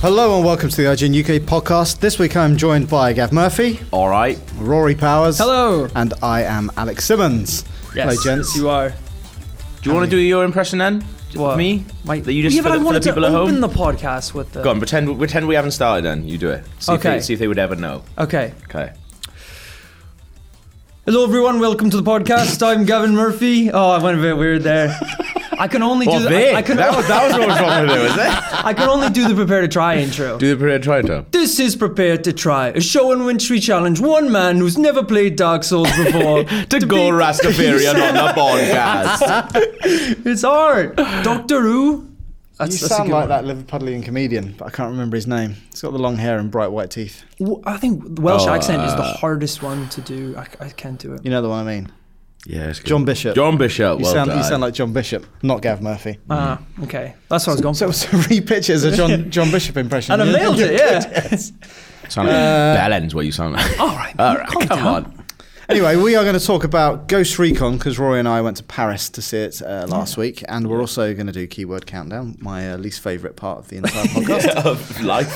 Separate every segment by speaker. Speaker 1: Hello and welcome to the IGN UK podcast. This week I'm joined by Gav Murphy,
Speaker 2: All right.
Speaker 1: Rory Powers.
Speaker 3: Hello.
Speaker 1: And I am Alex Simmons. Hello, gents.
Speaker 3: you are.
Speaker 2: Do you want to do your impression then?
Speaker 3: What?
Speaker 2: Of me?
Speaker 3: My,
Speaker 2: That you just
Speaker 3: yeah, but
Speaker 2: for
Speaker 3: I
Speaker 2: the- for
Speaker 3: wanted
Speaker 2: the people
Speaker 3: to
Speaker 2: at home?
Speaker 3: open the podcast with the.
Speaker 2: Go on, pretend pretend we haven't started then. You do it. See If
Speaker 3: Okay.
Speaker 2: they, see if they would ever know.
Speaker 3: Okay.
Speaker 2: Okay.
Speaker 3: Hello, everyone. Welcome to the podcast. I'm Gavin Murphy. Oh, I went a bit weird there. I can only
Speaker 2: Well,
Speaker 3: do.
Speaker 2: big.
Speaker 3: The, I, I can.
Speaker 2: that, was, that was what was wrong with it, was it?
Speaker 3: I can only do the prepare to try intro.
Speaker 2: Do the period try time.
Speaker 3: This is Prepare to Try, a show in which we challenge one man who's never played Dark Souls before to
Speaker 2: Go
Speaker 3: beat-
Speaker 2: Rastafarian on the podcast.
Speaker 3: It's hard. Doctor Who. That's,
Speaker 1: You
Speaker 3: that's a
Speaker 1: sound
Speaker 3: good
Speaker 1: like
Speaker 3: one.
Speaker 1: that Liverpudlian comedian, but I can't remember his name. He's got the long hair and bright white teeth.
Speaker 3: W- I think Welsh
Speaker 2: Oh,
Speaker 3: accent is the
Speaker 2: uh,
Speaker 3: hardest one to do. I, c- I can't do it.
Speaker 1: You know the one I mean.
Speaker 2: Yeah, it's good.
Speaker 1: John Bishop.
Speaker 2: John Bishop.
Speaker 1: You
Speaker 2: well
Speaker 1: sound you
Speaker 2: done.
Speaker 1: sound like John Bishop, not Gav Murphy.
Speaker 3: Ah, okay. That's what I was going
Speaker 1: So,
Speaker 3: for.
Speaker 1: so repitch it as a John John Bishop impression.
Speaker 3: And I
Speaker 1: You-
Speaker 3: nailed
Speaker 1: you're
Speaker 3: it,
Speaker 1: good.
Speaker 3: yeah.
Speaker 2: Sound like
Speaker 1: Uh,
Speaker 2: Bellends what you sound like.
Speaker 3: All right.
Speaker 2: All right,
Speaker 3: calm
Speaker 2: come
Speaker 3: down.
Speaker 2: on.
Speaker 1: Anyway, we are going to talk about Ghost Recon because Rory and I went to Paris to see it uh, last week, and we're also going to do keyword countdown, my uh, least favourite part of the entire podcast.
Speaker 2: Of life.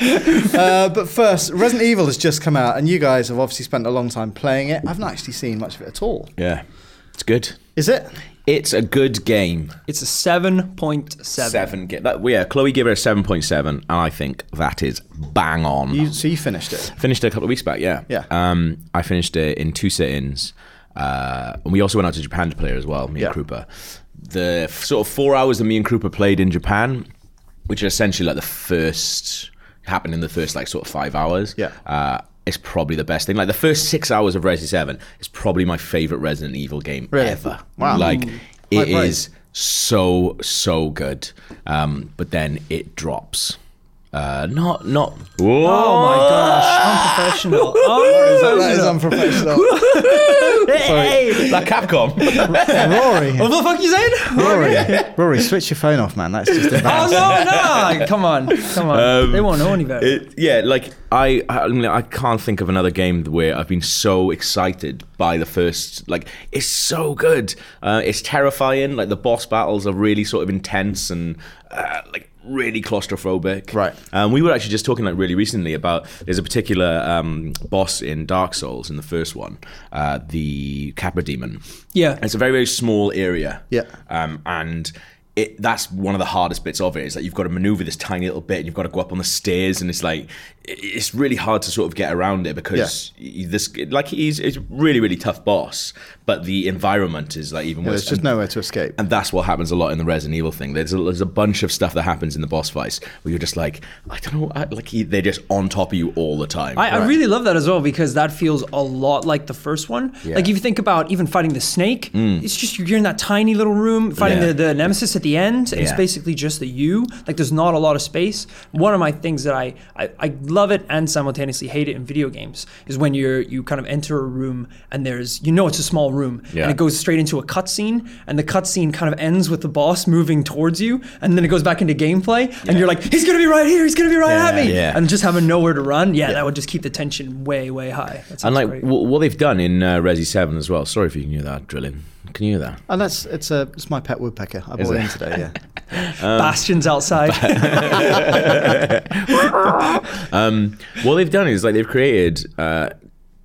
Speaker 1: Uh, but first, Resident Evil has just come out, and you guys have obviously spent a long time playing it. I've not actually seen much of it at all.
Speaker 2: Yeah. It's good.
Speaker 1: Is it?
Speaker 2: It's a good game.
Speaker 3: It's a 7.7.
Speaker 2: Seven. ga- that- yeah, Chloe gave it a 7.7, and I think that is bang on.
Speaker 1: You, so you finished it.
Speaker 2: Finished it a couple of weeks back, yeah.
Speaker 1: Yeah.
Speaker 2: Um, I finished it in two sit-ins, uh, and we also went out to Japan to play it as well. Me
Speaker 1: Yeah.
Speaker 2: and Krupa. The f- sort of four hours that me and Krupa played in Japan, which are essentially like the first happened in the first like sort of five hours.
Speaker 1: Yeah.
Speaker 2: Uh, it's probably the best thing. Like the first six hours of Resident Seven is probably my favorite Resident Evil game
Speaker 1: Really?
Speaker 2: ever.
Speaker 1: Wow.
Speaker 2: Like it is
Speaker 1: Quite brave.
Speaker 2: so so good, um, but then it drops. Uh, not not.
Speaker 3: Oh my gosh, unprofessional. Oh,
Speaker 1: That is unprofessional.
Speaker 3: hey!
Speaker 2: Like Capcom.
Speaker 1: Rory,
Speaker 3: What the fuck you saying?
Speaker 1: Rory, Rory, switch your phone off, man. That's just
Speaker 3: Oh
Speaker 1: embarrassing.
Speaker 3: no, no! Come on, come on.
Speaker 2: Um,
Speaker 3: they won't know any better.
Speaker 2: It, yeah, like I, I, mean, I can't think of another game where I've been so excited by the first. Like, it's so good. Uh, it's terrifying. Like the boss battles are really sort of intense and uh, like really claustrophobic.
Speaker 1: Right.
Speaker 2: Um, we were actually just talking like really recently about there's a particular um, boss in Dark Souls in the first one, uh, the Kappa Demon.
Speaker 3: yeah.
Speaker 2: It's a very very small area.
Speaker 1: Yeah.
Speaker 2: Um, and it that's one of the hardest bits of it is that you've got to maneuver this tiny little bit and you've got to go up on the stairs and it's like it- it's really hard to sort of get around it because y this like he's it's a really really tough boss, but the environment is like even worse.
Speaker 1: There's just
Speaker 2: And-
Speaker 1: nowhere to escape.
Speaker 2: and that's what happens a lot in the Resident Evil thing. There's a, there's a bunch of stuff that happens in the boss fights where you're just like, I don't know, I, like he, they're just on top of you all the time.
Speaker 3: I, I really love that as well because that feels a lot like the first one. Like if you think about even fighting the snake, it's just you're in that tiny little room fighting
Speaker 2: Mm. Yeah.
Speaker 3: the, the nemesis at the end, and it's
Speaker 2: Yeah.
Speaker 3: basically just the you. Like there's not a lot of space. One of my things that I, I I love it and simultaneously hate it in video games is when you're you kind of enter a room and there's you know it's a small room
Speaker 2: Yeah.
Speaker 3: and it goes straight into a cutscene and the cutscene kind of ends with the boss moving towards you and then it goes back into gameplay and you're like he's gonna be right here he's gonna be right at me
Speaker 2: Yeah.
Speaker 3: and just having nowhere to run, yeah, that would just keep the tension way, way high. That
Speaker 2: and
Speaker 3: sounds
Speaker 2: like
Speaker 3: great.
Speaker 2: w- what they've done in uh, Resi Seven as well. Sorry if you can hear that drilling. Can you hear that?
Speaker 1: And that's it's a it's my pet woodpecker. I bought
Speaker 2: it?
Speaker 1: it in today. Yeah.
Speaker 3: bastions outside.
Speaker 2: um, what they've done is like they've created uh,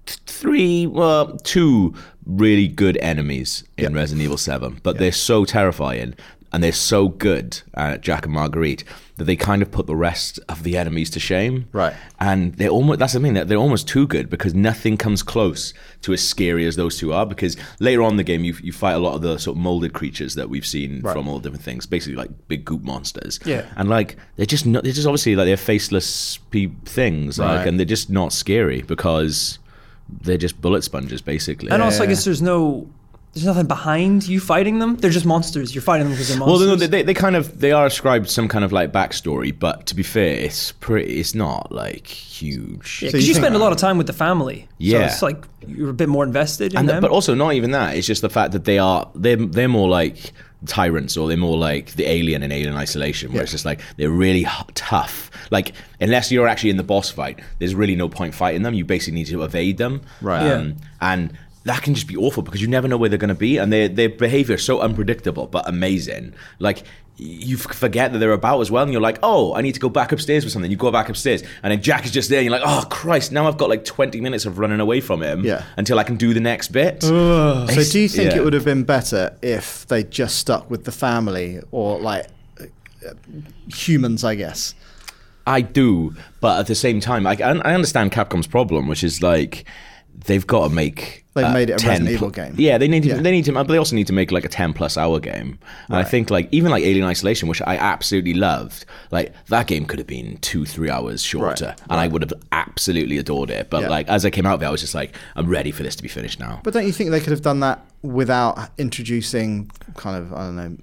Speaker 2: th- three, well, two really good enemies in Resident Evil Seven, but they're so terrifying and they're so good at Jack and Marguerite that they kind of put the rest of the enemies to shame.
Speaker 1: Right.
Speaker 2: And they're almost that's the thing that they're almost too good because nothing comes close to as scary as those two are. Because later on in the game, you you fight a lot of the sort of molded creatures that we've seen from all different things, basically like big goop monsters.
Speaker 3: Yeah.
Speaker 2: And like they're just not, they're just obviously like they're faceless pe- things,
Speaker 1: Right.
Speaker 2: like, and they're just not scary because they're just bullet sponges basically.
Speaker 3: and also, I
Speaker 1: Yeah.
Speaker 3: guess there's no, there's nothing behind you fighting them. They're just monsters. You're fighting them because they're
Speaker 2: well,
Speaker 3: monsters.
Speaker 2: no, they, they, they kind of they are ascribed some kind of like backstory, but to be fair, it's pretty. It's not like huge.
Speaker 3: yeah,
Speaker 1: So
Speaker 3: 'cause
Speaker 1: you
Speaker 3: you,
Speaker 1: think-
Speaker 3: spend a lot of time with the family.
Speaker 2: Yeah.
Speaker 3: So it's like you're a bit more invested in
Speaker 2: and th-
Speaker 3: them.
Speaker 2: but also not even that. It's just the fact that they are they're they're more like tyrants or they're more like the alien in Alien Isolation, where it's just like they're really h- tough. Like unless you're actually in the boss fight, there's really no point fighting them. You basically need to evade them.
Speaker 1: Right.
Speaker 2: Um, And that can just be awful because you never know where they're going to be, and their their behavior is so unpredictable but amazing. Like you f- forget that they're about as well, and you're like, oh, I need to go back upstairs with something. You go back upstairs, and then Jack is just there, and you're like, oh Christ, now I've got like 20 minutes of running away from him
Speaker 1: Yeah.
Speaker 2: until I can do the next bit.
Speaker 1: So do you think
Speaker 2: yeah.
Speaker 1: it would have been better if they just stuck with the family or like uh, humans, I guess?
Speaker 2: I do, but at the same time, I, I understand Capcom's problem, which is like they've got to make
Speaker 1: They've made it a
Speaker 2: 10
Speaker 1: Resident Evil game.
Speaker 2: Yeah, they need to,
Speaker 1: Yeah.
Speaker 2: they need to, but they also need to make like a ten plus hour game. And I think like even like Alien Isolation, which I absolutely loved, like that game could have been two three hours shorter,
Speaker 1: Right,
Speaker 2: and I would have absolutely adored it. But
Speaker 1: Yeah.
Speaker 2: like as I came out of it, I was just like, I'm ready for this to be finished now.
Speaker 1: But don't you think they could have done that without introducing kind of, I don't know,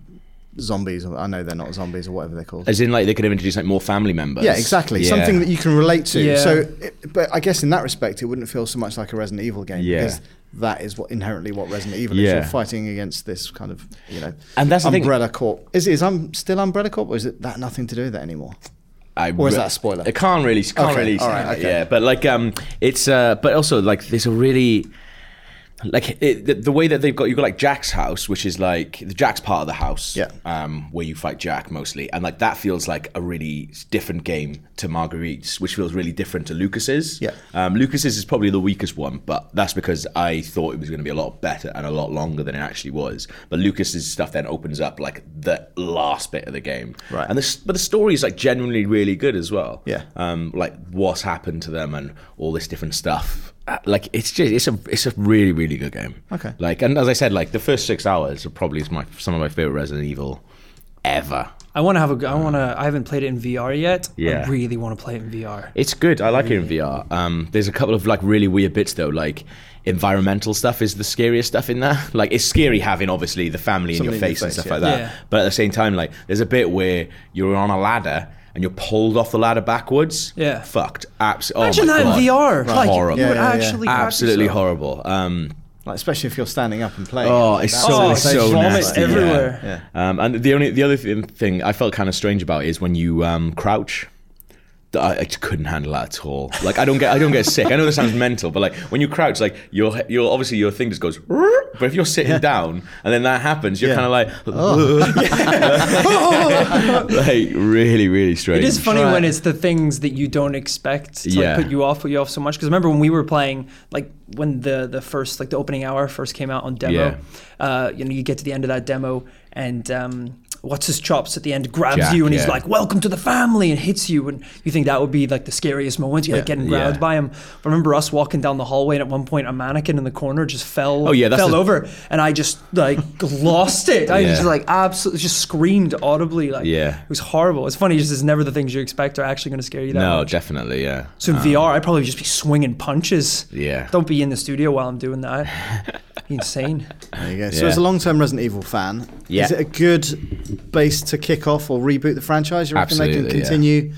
Speaker 1: zombies? Or, I know they're not zombies or whatever they're called.
Speaker 2: as in, like they could have introduced like more family members.
Speaker 1: Yeah, exactly.
Speaker 2: Yeah.
Speaker 1: Something that you can relate to.
Speaker 3: Yeah.
Speaker 1: So, it, but I guess in that respect, it wouldn't feel so much like a Resident Evil game
Speaker 2: Yeah.
Speaker 1: because that is what inherently what Resident Evil is.
Speaker 2: Yeah.
Speaker 1: You're fighting against this kind of you know
Speaker 2: And that's the thing.
Speaker 1: Umbrella Corp. Is is um, still Umbrella Corp, or is it that nothing to do with it anymore?
Speaker 2: I
Speaker 1: Or is
Speaker 2: re-
Speaker 1: that a spoiler?
Speaker 2: I can't really, can't
Speaker 1: Okay,
Speaker 2: really.
Speaker 1: all
Speaker 2: say
Speaker 1: right,
Speaker 2: that,
Speaker 1: okay.
Speaker 2: Yeah, but like, um, it's uh, but also like, there's a really like it, the, the way that they've got you've got like Jack's house, which is like the Jack's part of the house,
Speaker 1: Yeah.
Speaker 2: um, where you fight Jack mostly, and like that feels like a really different game to Marguerite's, which feels really different to Lucas's.
Speaker 1: Yeah.
Speaker 2: um, Lucas's is probably the weakest one, but that's because I thought it was going to be a lot better and a lot longer than it actually was. But Lucas's stuff then opens up like the last bit of the game,
Speaker 1: Right.
Speaker 2: And this, but the story is like genuinely really good as well.
Speaker 1: Yeah.
Speaker 2: um, like what's happened to them and all this different stuff. Uh, Like it's just it's a it's a really really good game.
Speaker 1: Okay.
Speaker 2: Like and as I said, like the first six hours are probably is my some of my favorite Resident Evil ever.
Speaker 3: I want to have a. g- I want to. I haven't played it in VR yet.
Speaker 2: Yeah.
Speaker 3: I really want to play it in VR.
Speaker 2: It's good. I like it in VR. Um, there's a couple of like really weird bits though, like environmental stuff is the scariest stuff in there. Like it's scary having obviously the family in your
Speaker 1: Somebody in your
Speaker 2: face, and
Speaker 1: face,
Speaker 2: stuff
Speaker 1: yeah.
Speaker 2: like that.
Speaker 3: Yeah.
Speaker 2: But at the same time, like there's a bit where you're on a ladder and you're pulled off the ladder backwards.
Speaker 3: Yeah.
Speaker 2: fucked. Abs- oh
Speaker 3: Imagine
Speaker 2: my
Speaker 3: that in
Speaker 2: God.
Speaker 3: VR. Like,
Speaker 2: Horrible.
Speaker 3: you would
Speaker 1: Yeah, yeah, yeah.
Speaker 3: actually crap
Speaker 2: Absolutely
Speaker 3: yourself.
Speaker 2: horrible. Um,
Speaker 1: Like especially if you're standing up and playing.
Speaker 2: Oh, it's
Speaker 1: That
Speaker 2: so
Speaker 3: Oh,
Speaker 2: it's
Speaker 1: sensation
Speaker 2: so
Speaker 1: is
Speaker 3: vomit
Speaker 1: like-
Speaker 2: nasty.
Speaker 3: everywhere.
Speaker 2: Yeah. Um, and the only the other thing, thing I felt kind of strange about is when you um, crouch. I, I just couldn't handle that at all. Like I don't get I don't get sick. I know this sounds mental, but like when you crouch, like your your obviously your thing just goes. "Rrrr," But if you're sitting down and then that happens, you're
Speaker 1: Yeah.
Speaker 2: kind of like, like really really strange.
Speaker 3: It is funny
Speaker 1: Right.
Speaker 3: when it's the things that you don't expect to like,
Speaker 2: Yeah.
Speaker 3: put you off, put you off so much. Because remember when we were playing, like when the the first like the opening hour first came out on demo, uh, you know, you get to the end of that demo and. Um, What's his chops at the end grabs
Speaker 2: Jack,
Speaker 3: you and he's
Speaker 2: yeah.
Speaker 3: like, "Welcome to the family," and hits you, and you think that would be like the scariest moment, you like getting grabbed
Speaker 2: Yeah.
Speaker 3: by him. But remember us walking down the hallway, and at one point a mannequin in the corner just fell.
Speaker 2: Oh, yeah, that's
Speaker 3: fell
Speaker 2: the-
Speaker 3: over, and I just like lost it. I
Speaker 2: Yeah.
Speaker 3: just like absolutely just screamed audibly, like
Speaker 2: Yeah.
Speaker 3: it was horrible. It's funny, just it's never the things you expect are actually going to scare you that
Speaker 2: No,
Speaker 3: much.
Speaker 2: definitely, yeah.
Speaker 3: So in VR, I'd probably just be swinging punches.
Speaker 2: Yeah.
Speaker 3: Don't be in the studio while I'm doing that. Insane.
Speaker 1: There you go. So
Speaker 2: Yeah.
Speaker 1: as a long-term Resident Evil fan,
Speaker 2: Yeah.
Speaker 1: is it a good base to kick off or reboot the franchise? You reckon they
Speaker 2: Absolutely,
Speaker 1: can
Speaker 2: yeah.
Speaker 1: continue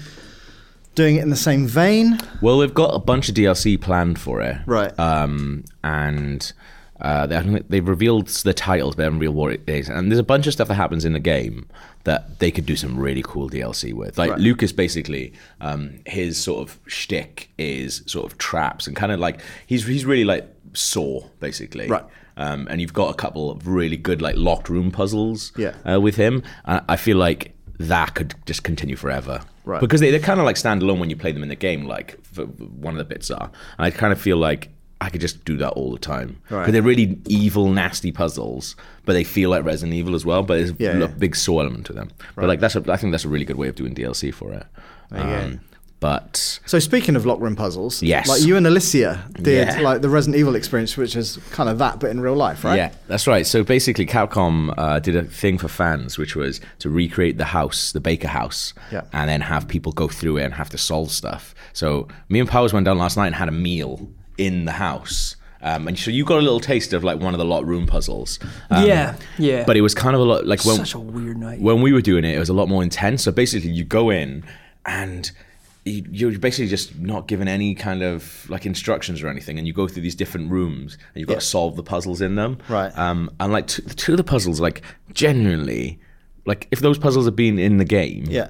Speaker 1: doing it in the same vein?
Speaker 2: Well, they've got a bunch of DLC planned for it,
Speaker 1: Right.
Speaker 2: Um, and uh, they, I think they've revealed the titles, but they haven't revealed what it is. And there's a bunch of stuff that happens in the game that they could do some really cool DLC with. Like
Speaker 1: Right.
Speaker 2: Lucas, basically, um, his sort of shtick is sort of traps and kind of like he's he's really like Saw, basically.
Speaker 1: Right.
Speaker 2: Um, and you've got a couple of really good like locked room puzzles
Speaker 1: Yeah.
Speaker 2: uh, with him. Uh, I feel like that could just continue forever.
Speaker 1: Right.
Speaker 2: Because they, they're kind of like standalone when you play them in the game, like for one of the bits are. And I kind of feel like I could just do that all the time.
Speaker 1: Right.
Speaker 2: But they're really evil, nasty puzzles, but they feel like Resident Evil as well, but there's
Speaker 1: Yeah,
Speaker 2: a
Speaker 1: yeah.
Speaker 2: big saw element to them. But like that's a, I think that's a really good way of doing DLC for it. Um, but
Speaker 1: So speaking of lockroom puzzles,
Speaker 2: Yes.
Speaker 1: like you and Alicia did
Speaker 2: Yeah.
Speaker 1: like the Resident Evil experience, which is kind of that, but in real life, right?
Speaker 2: Yeah, that's right. So basically, Capcom uh, did a thing for fans, which was to recreate the house, the Baker house,
Speaker 1: Yeah.
Speaker 2: and then have people go through it and have to solve stuff. So me and Powers went down last night and had a meal in the house. Um, and so you got a little taste of like one of the lot room puzzles. Um,
Speaker 3: yeah, yeah.
Speaker 2: But it was kind of a lot like when,
Speaker 3: such a weird night.
Speaker 2: when we were doing it, it was a lot more intense. So basically, you go in and you- you're basically just not given any kind of like instructions or anything, and you go through these different rooms and you've got to solve the puzzles in them.
Speaker 1: Right.
Speaker 2: Um, and like two, two of the puzzles, like genuinely, like if those puzzles had been in the game,
Speaker 1: Yeah.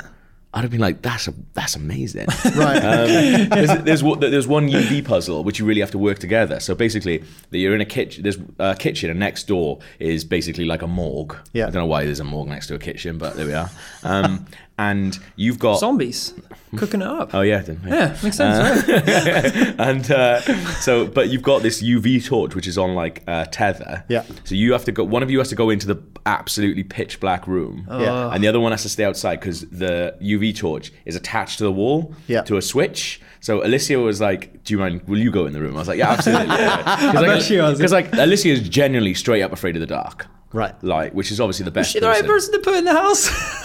Speaker 2: I'd have been like, that's a, that's amazing.
Speaker 1: Right.
Speaker 2: Um, there's, there's, one- there's one UV puzzle which you really have to work together. So basically, that you're in a kitchen. There's a kitchen, and next door is basically like a morgue.
Speaker 1: Yeah.
Speaker 2: I don't know why there's a morgue next to a kitchen, but there we are. Um, and you've got.
Speaker 3: Zombies cooking it up.
Speaker 2: Oh yeah, then,
Speaker 3: yeah, makes sense.
Speaker 2: uh,
Speaker 3: right?
Speaker 2: and uh, so, but you've got this UV torch which is on like uh, tether.
Speaker 1: Yeah.
Speaker 2: So you have to go. One of you has to go into the absolutely pitch black room.
Speaker 1: Yeah.
Speaker 2: And the other one has to stay outside because the UV torch is attached to the wall.
Speaker 1: Yeah.
Speaker 2: To a switch. So Alicia was like, "Do you mind? Will you go in the room?" I was like, "Yeah, absolutely." Because like,
Speaker 3: bet she was.
Speaker 2: 'cause, like, Alicia is genuinely straight up afraid of the dark.
Speaker 1: Right.
Speaker 2: Like, which is obviously the best.
Speaker 3: She the right
Speaker 2: person.
Speaker 3: person to put in the house.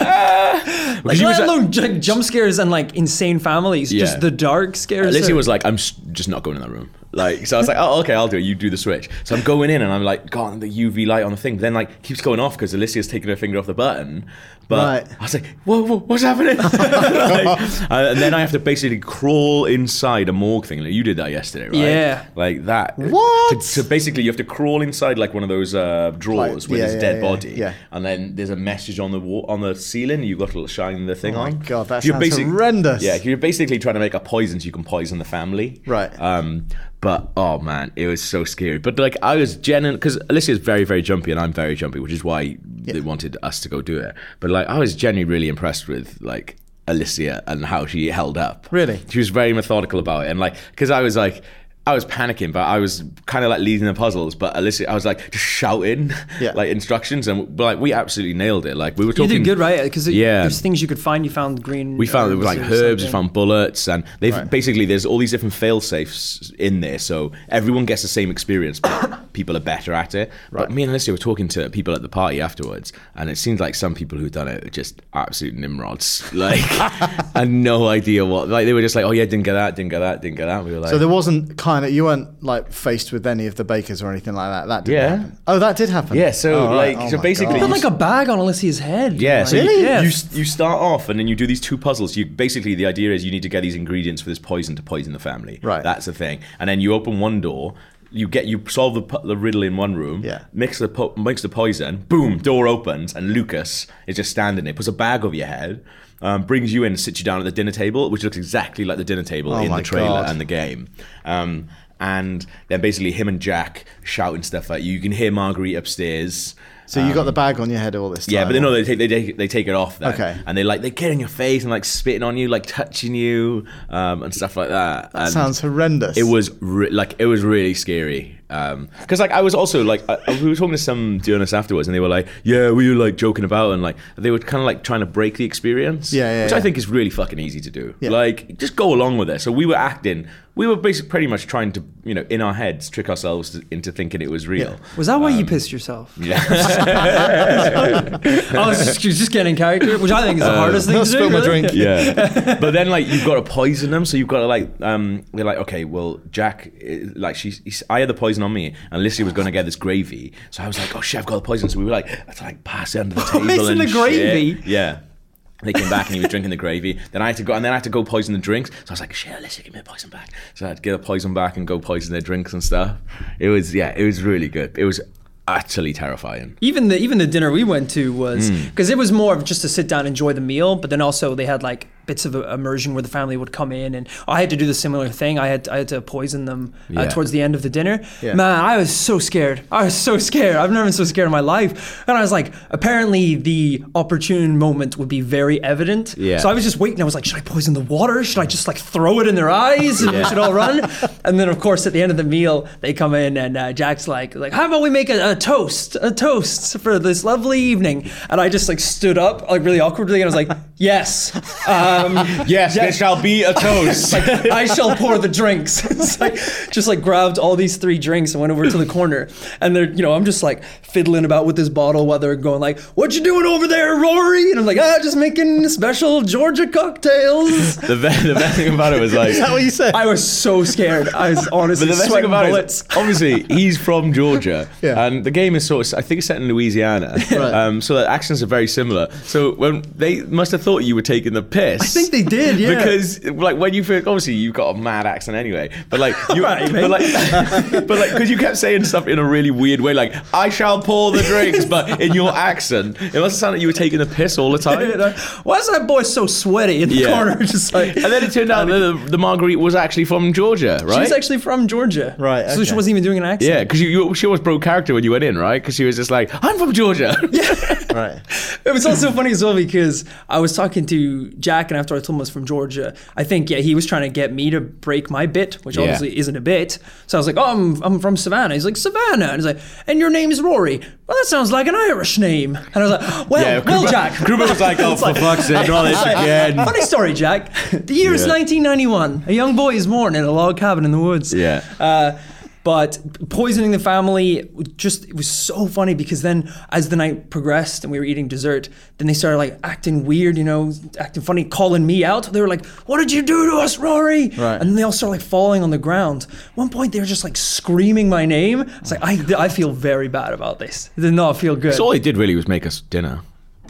Speaker 3: like,
Speaker 2: you Uh, was
Speaker 3: let
Speaker 2: a-
Speaker 3: alone j- jump scares and like insane families.
Speaker 2: Yeah.
Speaker 3: Just the dark scares.
Speaker 2: Lizzie
Speaker 3: are-
Speaker 2: was like, I'm s- just not going in that room. Like, so I was like, oh, okay, I'll do it. You do the switch. So I'm going in and I'm like, God, the UV light on the thing. But then, like, keeps going off because Alicia's taking her finger off the button. But
Speaker 1: Right.
Speaker 2: I was like, whoa, whoa what's happening? Like, uh, and then I have to basically crawl inside a morgue thing. Like, you did that yesterday, right?
Speaker 3: Yeah.
Speaker 2: Like that.
Speaker 1: What?
Speaker 2: So basically, you have to crawl inside like one of those uh, drawers
Speaker 1: Like,
Speaker 2: with
Speaker 1: yeah,
Speaker 2: his
Speaker 1: yeah, yeah,
Speaker 2: dead body.
Speaker 1: yeah.
Speaker 2: And then there's a message on the wall, on the ceiling. You've got to shine the thing
Speaker 1: Oh my
Speaker 2: on.
Speaker 1: God, that
Speaker 2: You're
Speaker 1: sounds
Speaker 2: basic-
Speaker 1: horrendous.
Speaker 2: Yeah, you're basically trying to make a poison so you can poison the family.
Speaker 1: Right.
Speaker 2: Um, but oh man, it was so scary. But like I was genuine because Alicia is very very jumpy and I'm very jumpy, which is why they wanted us to go do it. But like I was genuinely really impressed with like Alicia and how she held up.
Speaker 1: Really?
Speaker 2: she was very methodical about it, and like because I was like. I was panicking, but I was kind of like leading the puzzles. But Alicia, I was like just shouting
Speaker 1: Yeah.
Speaker 2: like instructions, and like we absolutely nailed it. Like we were
Speaker 3: You
Speaker 2: talking.
Speaker 3: did good, right? Because
Speaker 2: Yeah.
Speaker 3: there's things you could find. You found green.
Speaker 2: We found it was like herbs, we
Speaker 3: and
Speaker 2: found bullets, and they've
Speaker 1: Right.
Speaker 2: basically there's all these different fail safes in there, so everyone gets the same experience, but people are better at it. But me and Alicia were talking to people at the party afterwards, and it seemed like some people who'd done it were just absolute nimrods, like had no idea what. Like they were just like, oh yeah, didn't get that, didn't get that, didn't get that. We were like,
Speaker 1: So there wasn't kind of you weren't like faced with any of the bakers or anything like that. That didn't
Speaker 2: Yeah.
Speaker 1: happen. Oh, that did happen.
Speaker 2: Yeah, so,
Speaker 1: Oh, right.
Speaker 2: like,
Speaker 1: Oh
Speaker 2: so
Speaker 1: my
Speaker 2: basically
Speaker 1: God.
Speaker 3: Put like a bag on Alicia's head.
Speaker 2: Yeah,
Speaker 3: like,
Speaker 2: so you,
Speaker 3: Yeah.
Speaker 2: you you start off and then you do these two puzzles. You basically the idea is you need to get these ingredients for this poison to poison the family.
Speaker 1: Right.
Speaker 2: that's the thing. And then you open one door. You get you solve the, pu- the riddle in one room.
Speaker 1: Yeah.
Speaker 2: Mix the po- mix the poison. Boom, door opens and Lucas is just standing there. Puts a bag over your head. Um, brings you in, sits you down at the dinner table, which looks exactly like the dinner table in
Speaker 1: Oh my
Speaker 2: the trailer
Speaker 1: God.
Speaker 2: and the game. Um, and then basically him and Jack shouting stuff at you. You can hear Marguerite upstairs.
Speaker 1: so you got the bag on your head all this time.
Speaker 2: Um, Yeah, but they no, they take they take, they take it off. Then,
Speaker 1: Okay.
Speaker 2: and they like they get in your face and like spitting on you, like touching you, um, and stuff like that. and
Speaker 1: sounds horrendous.
Speaker 2: It was re- like it was really scary. Um 'cause because like I was also like I, I- we were talking to some journalists afterwards, and they were like, "Yeah, we were like joking about," and like they were kind of like trying to break the experience.
Speaker 1: Yeah, yeah,
Speaker 2: which I
Speaker 1: yeah.
Speaker 2: think is really fucking easy to do.
Speaker 1: Yeah.
Speaker 2: Like just go along with it. So we were acting. We were basically pretty much trying to, you know, in our heads, trick ourselves to, into thinking it was real.
Speaker 3: Was that
Speaker 1: Um,
Speaker 3: why you pissed yourself?
Speaker 2: yeah.
Speaker 3: I was just, just getting character, which I think is the hardest thing
Speaker 1: I'll
Speaker 3: to do.
Speaker 1: Uh, spill my
Speaker 3: really.
Speaker 1: drink.
Speaker 2: yeah. But then like you've got to poison them, so you've got to like um they're like okay, well Jack eh, like she's he's, I had the poison on me, and Lissy was going to get this gravy, so I was like oh shit, I've got the poison, so we were like let's like pass it under the table
Speaker 3: Poison
Speaker 2: and
Speaker 3: the gravy?
Speaker 2: shit. Yeah. They came back and he was drinking the gravy. Then I had to go, and then I had to go poison the drinks. So I was like, "Shit, Lissy, give me the poison back." So I had to get the poison back and go poison their drinks and stuff. It was, yeah, it was really good. It was utterly terrifying.
Speaker 3: Even the even the dinner we went to
Speaker 2: Hmm.
Speaker 3: was because it was more of just to sit down, enjoy the meal, but then also they had like bits of uh, immersion where the family would come in, and I had to do the similar thing. I had I had to poison them uh,
Speaker 2: Yeah.
Speaker 3: towards the end of the dinner.
Speaker 1: Yeah.
Speaker 3: Man, I was so scared. I was so scared. I've never been so scared in my life. And I was like, apparently the opportune moment would be very evident.
Speaker 2: Yeah.
Speaker 3: So I was just waiting. I was like, should I poison the water? Should I just like throw it in their eyes and we should all run? And then of course at the end of the meal they come in and uh, Jack's like, like how about we make a, a toast, a toast for this lovely evening? And I just like stood up like really awkwardly and I was like, yes, um,
Speaker 2: Yes, there shall be a toast.
Speaker 3: like, I shall pour the drinks. it's like just like grabbed all these three drinks and went over to the corner. And they're, you know, I'm just like fiddling about with this bottle while they're going like, "What you doing over there, Rory?" And I'm like, "Ah, just making special Georgia cocktails."
Speaker 2: the, be- the best thing about it was like
Speaker 1: Is that what you said?
Speaker 3: I was so scared. I was honestly
Speaker 2: But the best thing
Speaker 3: sweating
Speaker 2: about
Speaker 3: bullets.
Speaker 2: it is, obviously, he's from Georgia,
Speaker 1: Yeah.
Speaker 2: and the game is sort of, I think, it's set in Louisiana. Um, so the accents are very similar. So when they must have thought you were taking the piss. I
Speaker 3: think they did, yeah.
Speaker 2: Because like when you first, obviously you've got a mad accent anyway, but like you,
Speaker 3: Alright,
Speaker 2: but
Speaker 3: mate.
Speaker 2: like, but like, because you kept saying stuff in a really weird way, like "I shall pour the drinks," but in your accent, it must have sounded like you were taking the piss all the
Speaker 3: You
Speaker 2: time.
Speaker 3: know, Why is that boy so sweaty in the
Speaker 2: Yeah.
Speaker 3: corner? Just like
Speaker 2: And then it turned out that the, the Marguerite was actually from Georgia, right?
Speaker 3: she's actually from Georgia,
Speaker 1: Right,
Speaker 3: So she
Speaker 1: okay.
Speaker 3: wasn't even doing an accent.
Speaker 2: yeah, because you, you, she always broke character when you went in, right? Because she was just like, "I'm from Georgia."
Speaker 1: Right.
Speaker 3: It was also funny as well because I was talking to Jack, and after I told him I was from Georgia, I think yeah he was trying to get me to break my bit, which
Speaker 2: Yeah.
Speaker 3: obviously isn't a bit. So I was like, oh, I'm, I'm from Savannah. He's like Savannah, and he's like, and your name's Rory. Well, that sounds like an Irish name. And I was like, well,
Speaker 2: Yeah,
Speaker 3: well,
Speaker 2: Krupa-
Speaker 3: Jack.
Speaker 2: Krupa was like, "Oh, for fuck's sake, not this again."
Speaker 3: Funny story, Jack. The year is
Speaker 2: Yeah.
Speaker 3: 1991. A young boy is born in a log cabin in the woods.
Speaker 2: Yeah.
Speaker 3: Uh, but poisoning the family just it was so funny because then as the night progressed and we were eating dessert then they started like acting weird you know acting funny calling me out they were like what did you do to us rory
Speaker 1: Right.
Speaker 3: and they all started like falling on the ground at one point they were just like screaming my name it's like i, I feel very bad about this it did not feel good
Speaker 2: So all they did really was make us dinner,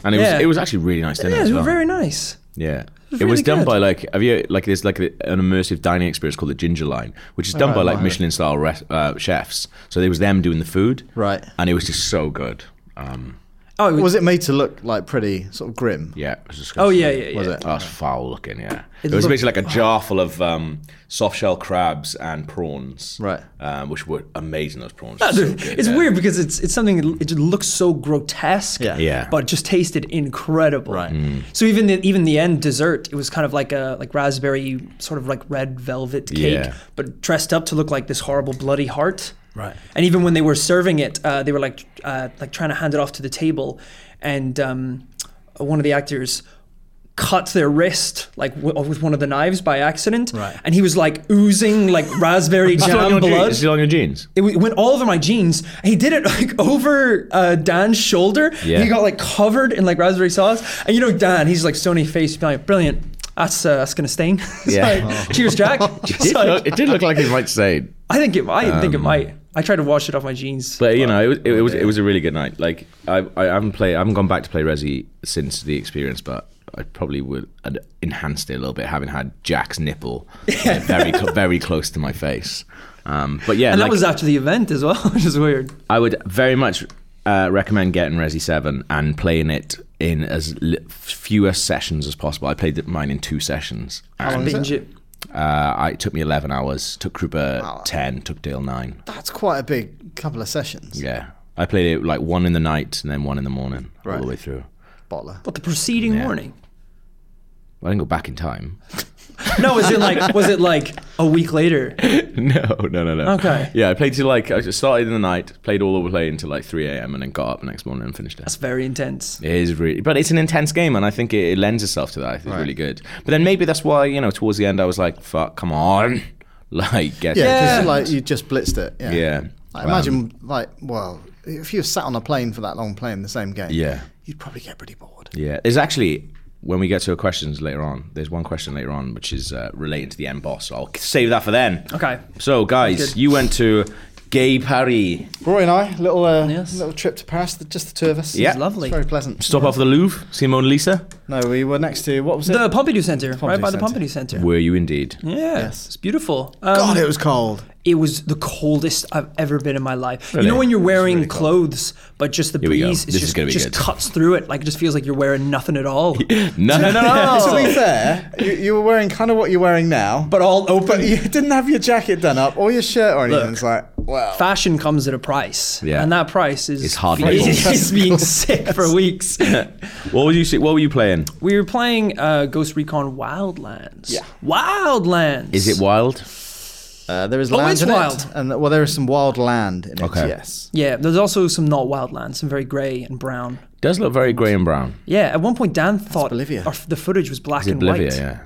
Speaker 2: and it
Speaker 3: Yeah.
Speaker 2: was it was actually really nice dinner
Speaker 3: yeah
Speaker 2: as
Speaker 3: they were
Speaker 2: well.
Speaker 3: very nice
Speaker 2: Yeah. It
Speaker 3: really
Speaker 2: was done
Speaker 3: good.
Speaker 2: by like have you like there's like a- an immersive dining experience called the Ginger Line, which is done by like Michelin style res- uh, chefs. So it was them doing the food,
Speaker 1: Right.
Speaker 2: And it was just so good. Um,
Speaker 3: oh it was,
Speaker 1: Was it made to look like pretty sort of grim?
Speaker 2: yeah, it was disgusting.
Speaker 3: oh yeah yeah yeah
Speaker 1: Was it?
Speaker 2: Oh, it's foul looking. Yeah,
Speaker 3: It
Speaker 2: it, oh. was
Speaker 3: looked-
Speaker 2: basically like a jar full of um, soft shell crabs and prawns,
Speaker 1: Right.
Speaker 2: Um, which were amazing. Those prawns.
Speaker 3: Yeah,
Speaker 2: so
Speaker 3: dude,
Speaker 2: good,
Speaker 3: it's
Speaker 2: yeah.
Speaker 3: weird because it's it's something that it just looks so grotesque,
Speaker 1: Yeah.
Speaker 2: Yeah. Mm.
Speaker 3: but just tasted incredible.
Speaker 1: Right.
Speaker 3: So even the even the end dessert, it was kind of like a like raspberry sort of like red velvet cake,
Speaker 2: Yeah.
Speaker 3: but dressed up to look like this horrible bloody heart.
Speaker 1: Right.
Speaker 3: And even when they were serving it, uh, they were like uh, like trying to hand it off to the table, and um, one of the actors cut their wrist like w- with one of the knives by accident,
Speaker 1: Right.
Speaker 3: and he was like oozing like raspberry
Speaker 2: Still on
Speaker 3: jam
Speaker 2: your jeans-
Speaker 3: blood
Speaker 2: Still on your jeans.
Speaker 3: it w- went all over my jeans. And he did it like over uh, Dan's shoulder.
Speaker 2: Yeah.
Speaker 3: He got like covered in like raspberry sauce. And you know Dan, he's like stony faced, like brilliant. That's uh, that's gonna stain. It's
Speaker 2: Yeah.
Speaker 3: like, Cheers, Jack.
Speaker 2: It did,
Speaker 3: It's like,
Speaker 2: look, it did look like it might say
Speaker 3: I think it. I think it might. I tried to wash it off my jeans.
Speaker 2: But you know, it was it, was it was a really good night. Like I, I haven't played, I haven't gone back to play Resi since the experience, but I probably would I'd enhanced it a little bit having had Jack's nipple like, very cl- very close to my face. Um, but yeah,
Speaker 3: and that
Speaker 2: like,
Speaker 3: was after the event as well, which is weird.
Speaker 2: I would very much uh, recommend getting Resi Seven and playing it in as li- fewer sessions as possible. I played mine in two sessions.
Speaker 1: How long is
Speaker 3: Binge
Speaker 1: it?
Speaker 3: it.
Speaker 2: Uh, I, it took me eleven hours. Took Krupa ten. Took Dale nine.
Speaker 1: That's quite a big couple of sessions.
Speaker 2: Yeah, I played it like one in the night and then one in the morning all
Speaker 1: Right.
Speaker 2: the way through.
Speaker 1: Bottler.
Speaker 3: But the preceding
Speaker 2: Yeah.
Speaker 3: morning.
Speaker 2: I didn't go back in time.
Speaker 3: No, was it like was it like a week later?
Speaker 2: no, no, no, no.
Speaker 3: Okay.
Speaker 2: Yeah, I played till like I just started in the night, played all the way until like 3 a.m. and then got up the next morning and finished
Speaker 3: That's
Speaker 2: it.
Speaker 3: very intense.
Speaker 2: It is really, but it's an intense game, and I think it, it lends itself to that. I think It's really good. But then maybe that's why you know towards the end I was like, "Fuck, come on!" Like, get
Speaker 1: Yeah,
Speaker 3: Yeah.
Speaker 1: because like you just blitzed it. Yeah.
Speaker 2: Yeah. Um,
Speaker 1: Like, imagine
Speaker 3: Um,
Speaker 1: like well, if you sat on a plane for that long playing the same game,
Speaker 2: Yeah.
Speaker 1: you'd probably get pretty bored.
Speaker 2: Yeah, there's actually when we get to our questions later on. There's one question later on which is uh, relating to the end boss. I'll save that for then.
Speaker 3: Okay.
Speaker 2: So guys,
Speaker 3: Good.
Speaker 2: you went to Gay Paris.
Speaker 1: Roy and I, little uh,
Speaker 3: Yes.
Speaker 1: little trip to Paris, the- just the two of us.
Speaker 2: Yeah.
Speaker 3: lovely.
Speaker 1: It's very pleasant.
Speaker 2: Stop off at the Louvre, see Mona Lisa.
Speaker 1: No, we were next to what was it?
Speaker 3: The um, Pompidou Center, right
Speaker 1: Pompidou
Speaker 3: by the
Speaker 1: Center.
Speaker 3: Pompidou Center.
Speaker 2: Were you indeed?
Speaker 3: Yeah,
Speaker 1: Yes.
Speaker 3: it's beautiful.
Speaker 1: God,
Speaker 3: Um,
Speaker 1: it was cold.
Speaker 3: It was the coldest I've ever been in my life.
Speaker 2: Really?
Speaker 3: You know when you're
Speaker 2: It's
Speaker 3: wearing
Speaker 2: really cold.
Speaker 3: clothes, but just the
Speaker 2: Here we go.
Speaker 3: breeze
Speaker 2: This is
Speaker 3: is just,
Speaker 2: gonna be
Speaker 3: just
Speaker 2: good.
Speaker 3: cuts through it. Like it just feels like you're wearing nothing at all.
Speaker 2: No, no, no,
Speaker 1: To be
Speaker 2: no.
Speaker 1: fair, you, you were wearing kind of what you're wearing now,
Speaker 3: Oh. But all
Speaker 1: but
Speaker 3: open.
Speaker 1: you didn't have your jacket done up or your shirt or anything. it's like wow.
Speaker 3: Fashion comes at a price,
Speaker 2: Yeah.
Speaker 3: and that price is
Speaker 2: It's hardly
Speaker 3: is,
Speaker 2: cool.
Speaker 3: is being sick for weeks.
Speaker 2: what were you? see- What were you playing?
Speaker 3: we were playing uh, Ghost Recon Wildlands.
Speaker 1: Yeah.
Speaker 3: Wildlands.
Speaker 2: Is it wild?
Speaker 1: Uh, there is
Speaker 3: Oh,
Speaker 1: land
Speaker 3: it's
Speaker 1: in
Speaker 3: wild.
Speaker 1: it, and well, there is some wild land in it.
Speaker 2: Okay.
Speaker 1: Yes.
Speaker 3: Yeah, there's also some not Wildlands, some very grey and brown.
Speaker 2: Does look very grey and brown.
Speaker 3: Yeah, at one point Dan thought
Speaker 1: Bolivia.
Speaker 3: our- the footage was black
Speaker 2: Is it
Speaker 3: and
Speaker 2: Bolivia?
Speaker 3: white.
Speaker 2: Yeah.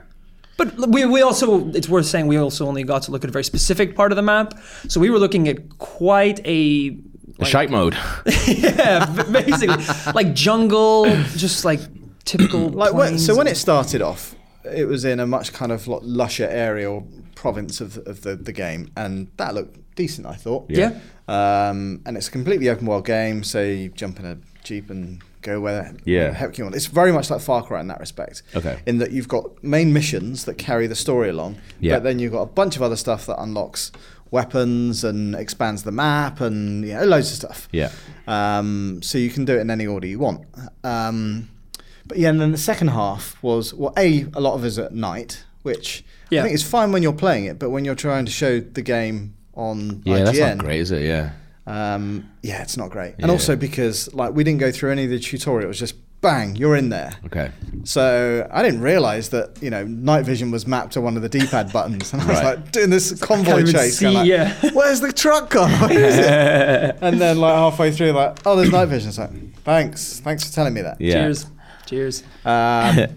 Speaker 3: But we, we also, it's worth saying, we also only got to look at a very specific part of the map. So we were looking at quite a,
Speaker 2: The shite mode.
Speaker 3: yeah, b- basically, like jungle, just like typical.
Speaker 1: Like when, so
Speaker 3: plains.
Speaker 1: when it started off, it was in a much kind of lo- lusher area or province of, of the, the game, and that looked decent, I thought.
Speaker 3: Yeah.
Speaker 1: Um, and it's a completely open world game, so you jump in a jeep and go where
Speaker 2: Yeah.
Speaker 1: the heck you want. It's very much like Far Cry in that respect.
Speaker 2: Okay.
Speaker 1: In that you've got main missions that carry the story along,
Speaker 2: Yeah.
Speaker 1: but then you've got a bunch of other stuff that unlocks weapons and expands the map and you know, loads of stuff.
Speaker 2: Yeah.
Speaker 1: Um, so you can do it in any order you want. Um, but yeah, and then the second half was well, a a lot of it is at night, which
Speaker 3: Yeah.
Speaker 1: I think is fine when you're playing it, but when you're trying to show the game on
Speaker 2: Yeah,
Speaker 1: IGN,
Speaker 2: that's not great, is it? Yeah.
Speaker 1: Um, yeah, it's not great.
Speaker 2: Yeah.
Speaker 1: And also because like we didn't go through any of the tutorials, just bang, you're in there.
Speaker 2: Okay.
Speaker 1: So I didn't realise that you know night vision was mapped to one of the D-pad buttons, and I was
Speaker 2: Right.
Speaker 1: like doing this convoy
Speaker 3: even
Speaker 1: chase.
Speaker 3: see,
Speaker 1: going like,
Speaker 3: yeah.
Speaker 1: Where's the truck gone? Where is it? and then like halfway through, like oh, there's night vision. It's like thanks, thanks for telling me that.
Speaker 2: Yeah.
Speaker 3: Cheers. Cheers.
Speaker 1: Um,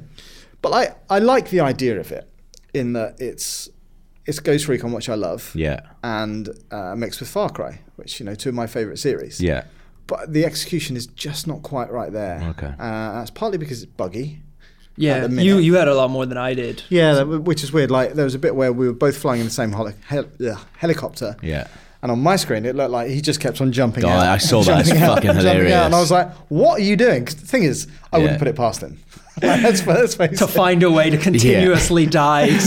Speaker 1: but I I like the idea of it in that it's it's Ghost Recon, which I love.
Speaker 2: Yeah.
Speaker 1: And uh, mixed with Far Cry, which you know, two of my favourite series
Speaker 2: Yeah.
Speaker 1: but the execution is just not quite right there.
Speaker 2: Okay.
Speaker 1: uh, that's partly because it's buggy.
Speaker 3: Yeah,
Speaker 1: At the
Speaker 3: you
Speaker 1: minute.
Speaker 3: you had a lot more than I did.
Speaker 1: Yeah, that- which is weird. Like there was a bit where we were both flying in the same heli- hel- ugh, helicopter.
Speaker 2: Yeah.
Speaker 1: And on my screen, it looked like he just kept on jumping.
Speaker 2: Oh,
Speaker 1: out,
Speaker 2: I saw that. It's
Speaker 1: jumping out,
Speaker 2: fucking
Speaker 1: jumping out.
Speaker 2: hilarious.
Speaker 1: and I was like, "What are you doing?" 'Cause the thing is, I
Speaker 2: Yeah.
Speaker 1: wouldn't put it past him. Like, let's, let's face
Speaker 3: To
Speaker 1: it.
Speaker 3: find a way to continuously die.
Speaker 2: you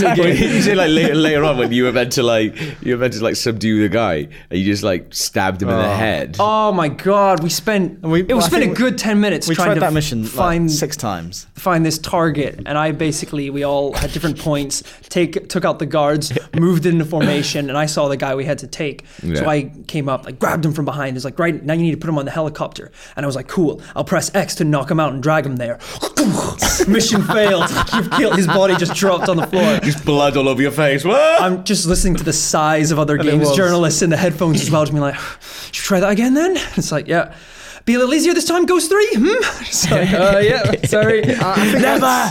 Speaker 2: said like later, later on when you were meant to like you were meant to like subdue the guy and you just like stabbed him in the head.
Speaker 3: Oh my god, we spent
Speaker 1: we-
Speaker 3: it was
Speaker 1: I
Speaker 3: spent a
Speaker 1: think we-
Speaker 3: good ten minutes
Speaker 1: We
Speaker 3: trying
Speaker 1: tried
Speaker 3: to
Speaker 1: that mission like,
Speaker 3: find
Speaker 1: six times.
Speaker 3: find this target and i basically we all at different points take took out the guards moved into formation and i saw the guy we had to take
Speaker 2: Yeah.
Speaker 3: so i came up like grabbed him from behind it's like right now you need to put him on the helicopter and i was like cool i'll press x to knock him out and drag him there mission failed you've killed his body just dropped on the floor
Speaker 2: Just blood all over your face. What?
Speaker 3: I'm just listening to the sighs of other games
Speaker 1: was.
Speaker 3: journalists in the headphones as well, just being like, "Should we try that again then?" It's like, yeah. Be a little easier this time, Ghost 3? Hmm? Just like, uh, yeah, sorry. Never!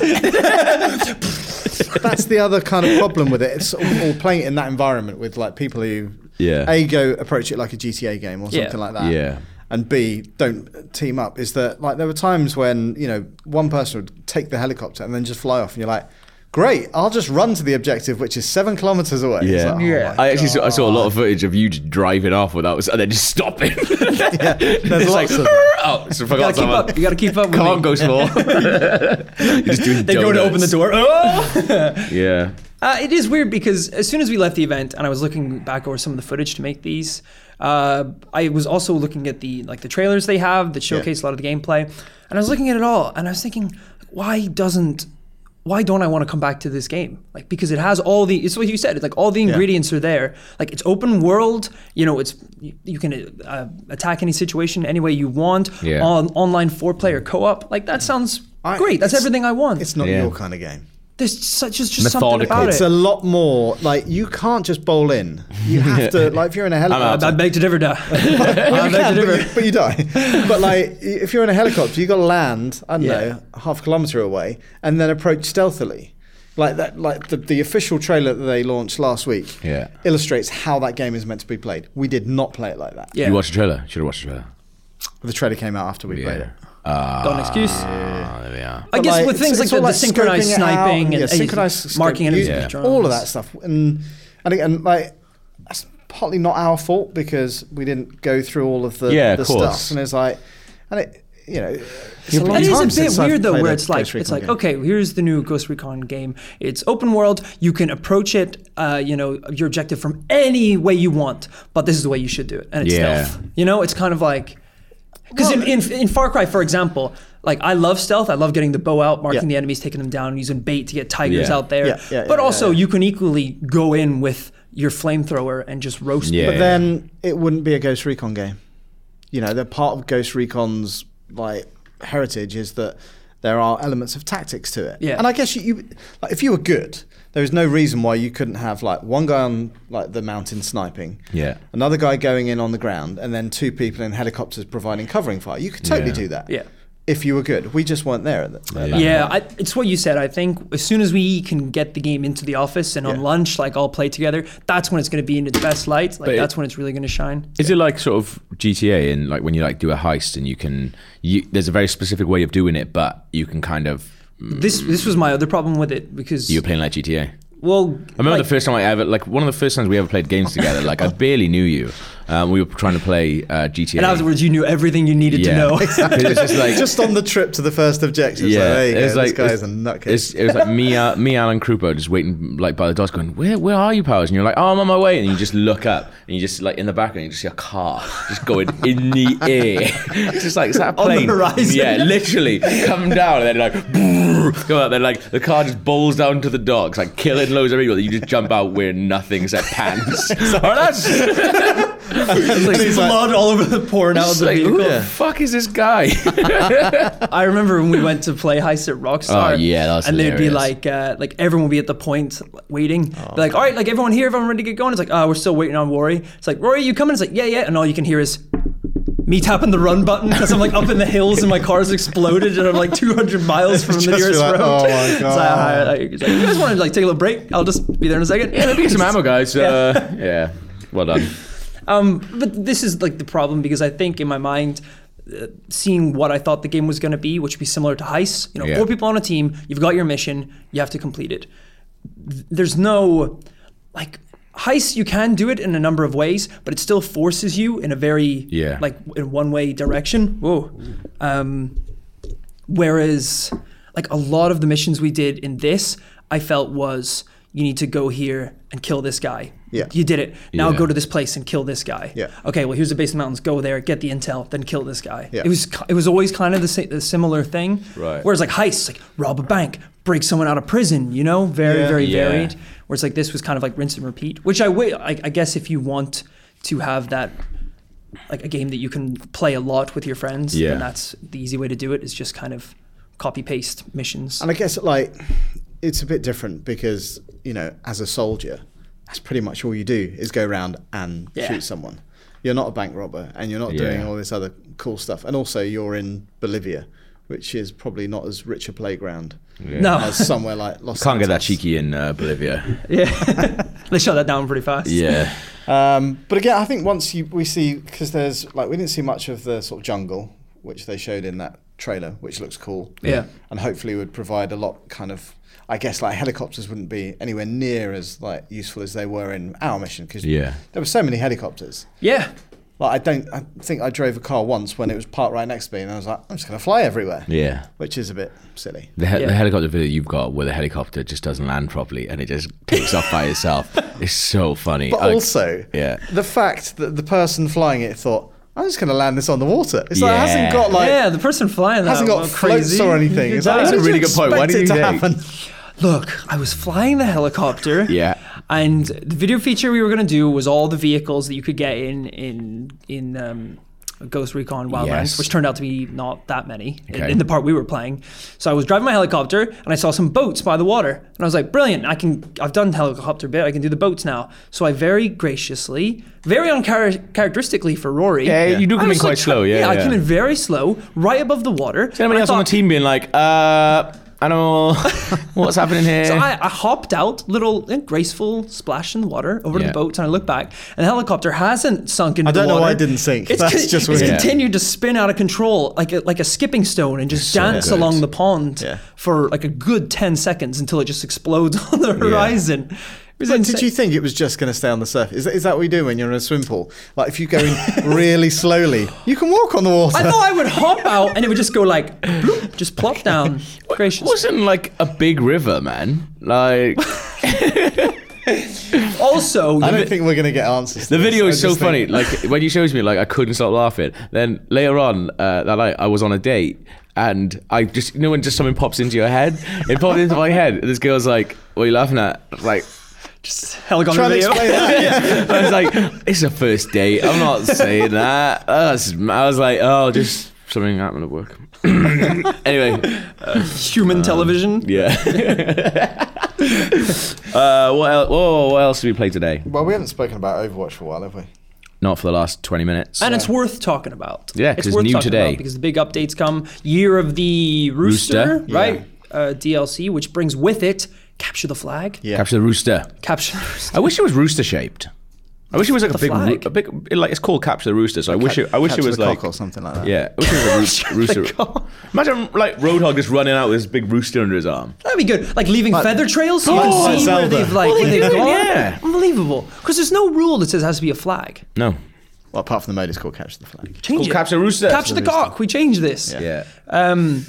Speaker 1: That's the other kind of problem with it. It's all, all playing it in that environment with like people who
Speaker 2: Yeah.
Speaker 1: a go approach it like a GTA game or
Speaker 3: Yeah.
Speaker 1: something like that.
Speaker 2: Yeah.
Speaker 1: And B don't team up. Is that like there were times when you know one person would take the helicopter and then just fly off, and you're like, great, I'll just run to the objective, which is seven kilometers away. It's
Speaker 2: Yeah,
Speaker 1: like, oh my
Speaker 2: I actually saw, I saw a lot of footage of you just driving off without, and then just stopping. yeah,
Speaker 1: there's lots of them.
Speaker 2: oh, so
Speaker 3: You
Speaker 2: forgot
Speaker 3: gotta keep
Speaker 2: someone.
Speaker 3: up. You gotta keep up with
Speaker 2: Can't
Speaker 3: me.
Speaker 2: go slow. You're just doing
Speaker 3: They go to open the
Speaker 2: donuts.
Speaker 3: door. Oh!
Speaker 2: Yeah,
Speaker 3: Uh, it is weird because as soon as we left the event and I was looking back over some of the footage to make these, uh, I was also looking at the like the trailers they have that showcase a lot of the gameplay, and I was looking at it all and I was thinking, why doesn't why don't I want to come back to this game? Like because it has all the it's what you said. It's like all the ingredients are there. Like it's open world. You know, it's you, you can uh, attack any situation any way you want.
Speaker 2: Yeah.
Speaker 3: On online four player co op. Like that sounds
Speaker 1: I-
Speaker 3: great. That's
Speaker 1: it's-
Speaker 3: everything I want.
Speaker 1: It's not
Speaker 2: Yeah.
Speaker 1: your kind of game.
Speaker 3: There's such just, just something
Speaker 2: Methodical.
Speaker 3: about
Speaker 1: It's
Speaker 3: it.
Speaker 1: a lot more like you can't just bowl in. You have to like if you're in a helicopter.
Speaker 3: I beg Uh, to differ, da. I
Speaker 1: You
Speaker 3: beg to
Speaker 1: can, but, you,
Speaker 3: differ.
Speaker 1: but you die. But like, if you're in a helicopter, you got to land. I don't
Speaker 3: Yeah.
Speaker 1: know, half a kilometer away, and then approach stealthily. Like that, like the, the official trailer that they launched last week
Speaker 2: Yeah.
Speaker 1: illustrates how that game is meant to be played. We did not play it like that.
Speaker 3: Yeah.
Speaker 2: you watched the trailer. Should have watched the trailer.
Speaker 1: The trailer came out after we played it.
Speaker 2: Yeah. Ah,
Speaker 3: Got an excuse.
Speaker 2: Ah, there we are.
Speaker 3: I
Speaker 1: But,
Speaker 3: guess with
Speaker 1: it's-
Speaker 3: things like
Speaker 1: it's
Speaker 3: the,
Speaker 1: all
Speaker 3: the synchronized
Speaker 1: scoping it out
Speaker 3: sniping and,
Speaker 1: yeah,
Speaker 3: and
Speaker 1: synchronized
Speaker 3: marking
Speaker 1: scope,
Speaker 3: enemies
Speaker 1: using
Speaker 3: with drones.
Speaker 1: all of that stuff, and and again, like that's partly not our fault because we didn't go through all of the
Speaker 2: Yeah, of
Speaker 1: the
Speaker 2: course.
Speaker 1: stuff, and it's like, and it you know, it's a long
Speaker 3: It is
Speaker 1: time
Speaker 3: a bit
Speaker 1: since I've
Speaker 3: weird though,
Speaker 1: played
Speaker 3: where
Speaker 1: a
Speaker 3: it's like
Speaker 1: Ghost
Speaker 3: it's
Speaker 1: Recon
Speaker 3: like
Speaker 1: game.
Speaker 3: okay, here's the new Ghost Recon game. It's open world. You can approach it, uh, you know, your objective from any way you want. But this is the way you should do it, and it's
Speaker 2: Yeah.
Speaker 3: stealth. You know, it's kind of like because in, in in Far Cry, for example, like I love stealth. I love getting the bow out, marking
Speaker 1: Yeah.
Speaker 3: the enemies, taking them down, using bait to get tigers
Speaker 2: Yeah.
Speaker 3: out there.
Speaker 1: Yeah, yeah,
Speaker 3: but
Speaker 1: yeah,
Speaker 3: also,
Speaker 1: yeah,
Speaker 3: you can equally go in with your flamethrower and just roast.
Speaker 2: Yeah.
Speaker 3: them.
Speaker 1: but then it wouldn't be a Ghost Recon game. You know, they're part of Ghost Recon's like heritage is that there are elements of tactics to it.
Speaker 3: Yeah.
Speaker 1: And I guess you, you like, if you were good, there is no reason why you couldn't have like one guy on like the mountain sniping,
Speaker 2: Yeah.
Speaker 1: another guy going in on the ground, and then two people in helicopters providing covering fire. You could totally
Speaker 2: Yeah.
Speaker 1: do that.
Speaker 3: Yeah.
Speaker 1: If you were good, we just weren't there at that. at that
Speaker 3: Yeah, I, it's what you said. I think as soon as we can get the game into the office and on
Speaker 1: Yeah.
Speaker 3: lunch, like all play together, that's when it's going to be in its best light. Like
Speaker 2: But it-
Speaker 3: that's when it's really going to shine.
Speaker 2: Is it like sort of GTA and like when you like do a heist and you can you there's a very specific way of doing it, but you can kind of
Speaker 3: This this was my other problem with it because
Speaker 2: you're playing like GTA.
Speaker 3: well,
Speaker 2: I remember
Speaker 3: like,
Speaker 2: the first time I ever like one of the first times we ever played games together. Like I barely knew you, Um, we were trying to play uh, GTA.
Speaker 3: And afterwards, you knew everything you needed to know.
Speaker 2: 'Cause it's just like
Speaker 1: Just on the trip to the first objective. Yeah,
Speaker 2: yeah,
Speaker 1: there you
Speaker 2: it
Speaker 1: go.
Speaker 2: was like
Speaker 1: this guy's a
Speaker 2: it's-
Speaker 1: nutcase.
Speaker 2: it's- It was like me, uh, me, Alan Krupa, just waiting like by the doors, going, "Where, where are you, Powers?" And you're like, "Oh, I'm on my way." And you just look up, and you just like in the background, you just see a car just going in the air, just like is that a
Speaker 3: On the
Speaker 2: plane?
Speaker 3: horizon.
Speaker 2: Yeah, literally come down, and then like brrr, go out. Then like the car just bowls down to the docks, like killing loads of people. Then you just jump out wearing nothing except pants. All right, that's-
Speaker 3: There's blood all over the pouring out of
Speaker 2: It's
Speaker 3: the
Speaker 2: like, who
Speaker 3: vehicle.
Speaker 2: the fuck is this guy?
Speaker 3: I remember when we went to play Heist at Rockstar.
Speaker 2: Oh, yeah, that was
Speaker 3: And they'd be
Speaker 2: hilarious.
Speaker 3: like, uh, like everyone would be at the point waiting. Be like, all right, like everyone here, everyone ready to get going. It's like, oh, we're still waiting on Rory. It's like, Rory, you coming? It's like, yeah, yeah. And all you can hear is me tapping the run button because I'm like up in the hills and my car's exploded and I'm like 200 miles from the
Speaker 1: Just be
Speaker 3: nearest
Speaker 1: like,
Speaker 3: road.
Speaker 1: "Oh, my
Speaker 3: It's like,
Speaker 1: God."
Speaker 3: "All right," like, it's like, you guys want to like take a little break? I'll just be there in a second. Yeah,
Speaker 2: Maybe some ammo, guys. Uh, yeah, well done.
Speaker 3: um, but this is like the problem because I think in my mind, uh, seeing what I thought the game was going to be, which would be similar to Heist, you know,
Speaker 2: Yeah.
Speaker 3: four people on a team, you've got your mission, you have to complete it. Th- There's no like Heist. You can do it in a number of ways, but it still forces you in a very
Speaker 2: Yeah.
Speaker 3: like in one way direction. Whoa. Um, whereas like a lot of the missions we did in this, I felt was you need to go here and kill this guy.
Speaker 1: Yeah.
Speaker 3: You did it. Now
Speaker 2: Yeah.
Speaker 3: go to this place and kill this guy.
Speaker 1: Yeah.
Speaker 3: Okay. Well, here's the base of the mountains. Go there, get the intel, then kill this guy.
Speaker 1: Yeah.
Speaker 3: It was ki- it was always kind of the, sa- the similar thing.
Speaker 2: Right.
Speaker 3: Whereas like heists, like rob a bank, break someone out of prison. You know, very
Speaker 1: Yeah.
Speaker 3: very
Speaker 2: Yeah.
Speaker 3: varied. Whereas like this was kind of like rinse and repeat. Which I wait. I, I guess if you want to have that. Like a game that you can play a lot with your friends,
Speaker 2: Yeah.
Speaker 3: and that's the easy way to do it is just kind of copy paste missions.
Speaker 1: And I guess like it's a bit different because you know, as a soldier, that's pretty much all you do is go around and
Speaker 3: Yeah.
Speaker 1: shoot someone. You're not a bank robber, and you're not doing
Speaker 2: Yeah.
Speaker 1: all this other cool stuff. And also, you're in Bolivia, which is probably not as rich a playground
Speaker 3: No,
Speaker 1: as somewhere like Los.
Speaker 2: Can't get that
Speaker 1: Santos.
Speaker 2: cheeky in uh, Bolivia.
Speaker 3: yeah, they shut that down pretty fast.
Speaker 2: Yeah.
Speaker 1: Um, but again, I think once you we see because there's like we didn't see much of the sort of jungle which they showed in that trailer, which looks cool.
Speaker 3: Yeah.
Speaker 1: and hopefully would provide a lot kind of. I guess like helicopters wouldn't be anywhere near as like useful as they were in our mission because
Speaker 2: Yeah.
Speaker 1: there were so many helicopters.
Speaker 3: yeah.
Speaker 1: Like I don't, I think I drove a car once when it was parked right next to me, and I was like, I'm just gonna fly everywhere,
Speaker 2: Yeah.
Speaker 1: which is a bit silly.
Speaker 2: The, he-
Speaker 3: Yeah.
Speaker 2: the helicopter video you've got where the helicopter just doesn't land properly and it just takes off by itself. It's so funny.
Speaker 1: But
Speaker 2: Like,
Speaker 1: also,
Speaker 2: yeah.
Speaker 1: the fact that the person flying it thought, I'm just gonna land this on the water. It's like it hasn't
Speaker 2: Yeah.
Speaker 1: got like
Speaker 3: yeah, the person flying that
Speaker 1: hasn't got
Speaker 3: was
Speaker 1: floats
Speaker 3: crazy.
Speaker 1: or anything. It's like,
Speaker 2: That's
Speaker 1: what
Speaker 2: a
Speaker 1: did
Speaker 2: really
Speaker 1: you
Speaker 2: good point. Why
Speaker 1: expect
Speaker 2: do
Speaker 1: it
Speaker 2: you
Speaker 1: to
Speaker 2: think?
Speaker 1: happen?
Speaker 3: Look, I was flying the helicopter.
Speaker 2: Yeah.
Speaker 3: And the video feature we were gonna do was all the vehicles that you could get in in in um, Ghost Recon Wildlands,
Speaker 2: Yes.
Speaker 3: which turned out to be not that many in-
Speaker 2: Okay.
Speaker 3: in the part we were playing. So I was driving my helicopter and I saw some boats by the water, and I was like, "Brilliant! I can I've done the helicopter bit. I can do the boats now." So I very graciously, very uncharacteristically for Rory,
Speaker 2: Yeah, you do
Speaker 3: I
Speaker 2: come in
Speaker 3: was,
Speaker 2: quite
Speaker 3: like,
Speaker 2: slow, yeah,
Speaker 3: I
Speaker 2: yeah.
Speaker 3: came in very slow, right above the water.
Speaker 2: Is anybody
Speaker 3: and I
Speaker 2: else on the
Speaker 3: thought-
Speaker 2: team being like, uh, animal, what's happening here?
Speaker 3: So I, I hopped out, little eh, graceful splash in the water over to
Speaker 2: Yeah.
Speaker 3: the boats, and I look back, and the helicopter hasn't sunk into
Speaker 1: I
Speaker 3: the
Speaker 1: don't
Speaker 3: water.
Speaker 1: know why it didn't sink.
Speaker 3: It's,
Speaker 1: That's
Speaker 3: con-
Speaker 1: just
Speaker 3: it's
Speaker 1: weird.
Speaker 3: continued to spin out of control like a, like a skipping stone and just dance
Speaker 2: good.
Speaker 3: along the pond
Speaker 1: Yeah.
Speaker 3: for like a good ten seconds until it just explodes on the horizon. It was
Speaker 1: But did
Speaker 3: insane.
Speaker 1: you think it was just going to stay on the surface? Is that, is that what you do when you're in a swim pool? Like if you go in really slowly, you can walk on the water.
Speaker 3: I thought I would hop out and it would just go like, bloop, just plop down.
Speaker 2: it
Speaker 3: Gracious.
Speaker 2: wasn't like a big river, man. Like
Speaker 3: Also,
Speaker 1: I don't think we're going to get answers. to
Speaker 2: the
Speaker 1: this.
Speaker 2: video
Speaker 1: I
Speaker 2: is so
Speaker 1: just
Speaker 2: funny.
Speaker 1: think-
Speaker 2: Like when you showed me, like I couldn't stop laughing. Then later on uh, that night, I was on a date, and I just you know when just something pops into your head, it popped into my head. And this girl's like, "What are you laughing at?" I was like.
Speaker 3: just helicopter
Speaker 1: Trying to
Speaker 3: video.
Speaker 1: explain that.
Speaker 2: I was like, it's a first date. I'm not saying that. That's- I was like, oh, just something happened at work. anyway,
Speaker 3: Human television.
Speaker 2: yeah. uh, what else? Whoa, what else did we play today?
Speaker 1: Well, we haven't spoken about Overwatch for a while, have we?
Speaker 2: Not for the last 20 minutes.
Speaker 3: And it's worth talking about.
Speaker 2: Yeah, 'cause it's
Speaker 3: worth
Speaker 2: new
Speaker 3: talking
Speaker 2: today.
Speaker 3: about because the big updates come. Year of the Rooster,
Speaker 2: Rooster.
Speaker 3: right? Uh, DLC, which brings with it Capture the Flag.
Speaker 1: Yeah.
Speaker 2: Capture the rooster.
Speaker 3: Capture the Rooster.
Speaker 2: I wish it was rooster shaped. I wish it was like a big,
Speaker 3: flag.
Speaker 2: roo- a big, like it's called capture the rooster. So I wish it, I wish it
Speaker 1: Capture
Speaker 2: was
Speaker 1: the
Speaker 2: like,
Speaker 1: cock or something like that.
Speaker 2: yeah, I wish it was a roo- rooster. Imagine like Roadhog just running out with this big rooster under his arm.
Speaker 3: That'd be good. Like leaving feather trails so you
Speaker 1: Oh,
Speaker 3: can see
Speaker 1: Zelda.
Speaker 3: where they've like
Speaker 2: Well,
Speaker 3: where
Speaker 2: they
Speaker 3: they've
Speaker 2: do it,
Speaker 3: gone.
Speaker 2: yeah.
Speaker 3: Unbelievable. Because there's no rule that says it has to be a flag.
Speaker 2: No,
Speaker 1: Well, apart from the mode, it's called Catch the Flag.
Speaker 3: Change
Speaker 2: called
Speaker 3: it.
Speaker 2: Capture Rooster.
Speaker 3: Capture the cock. We change this.
Speaker 2: Yeah.
Speaker 3: Um,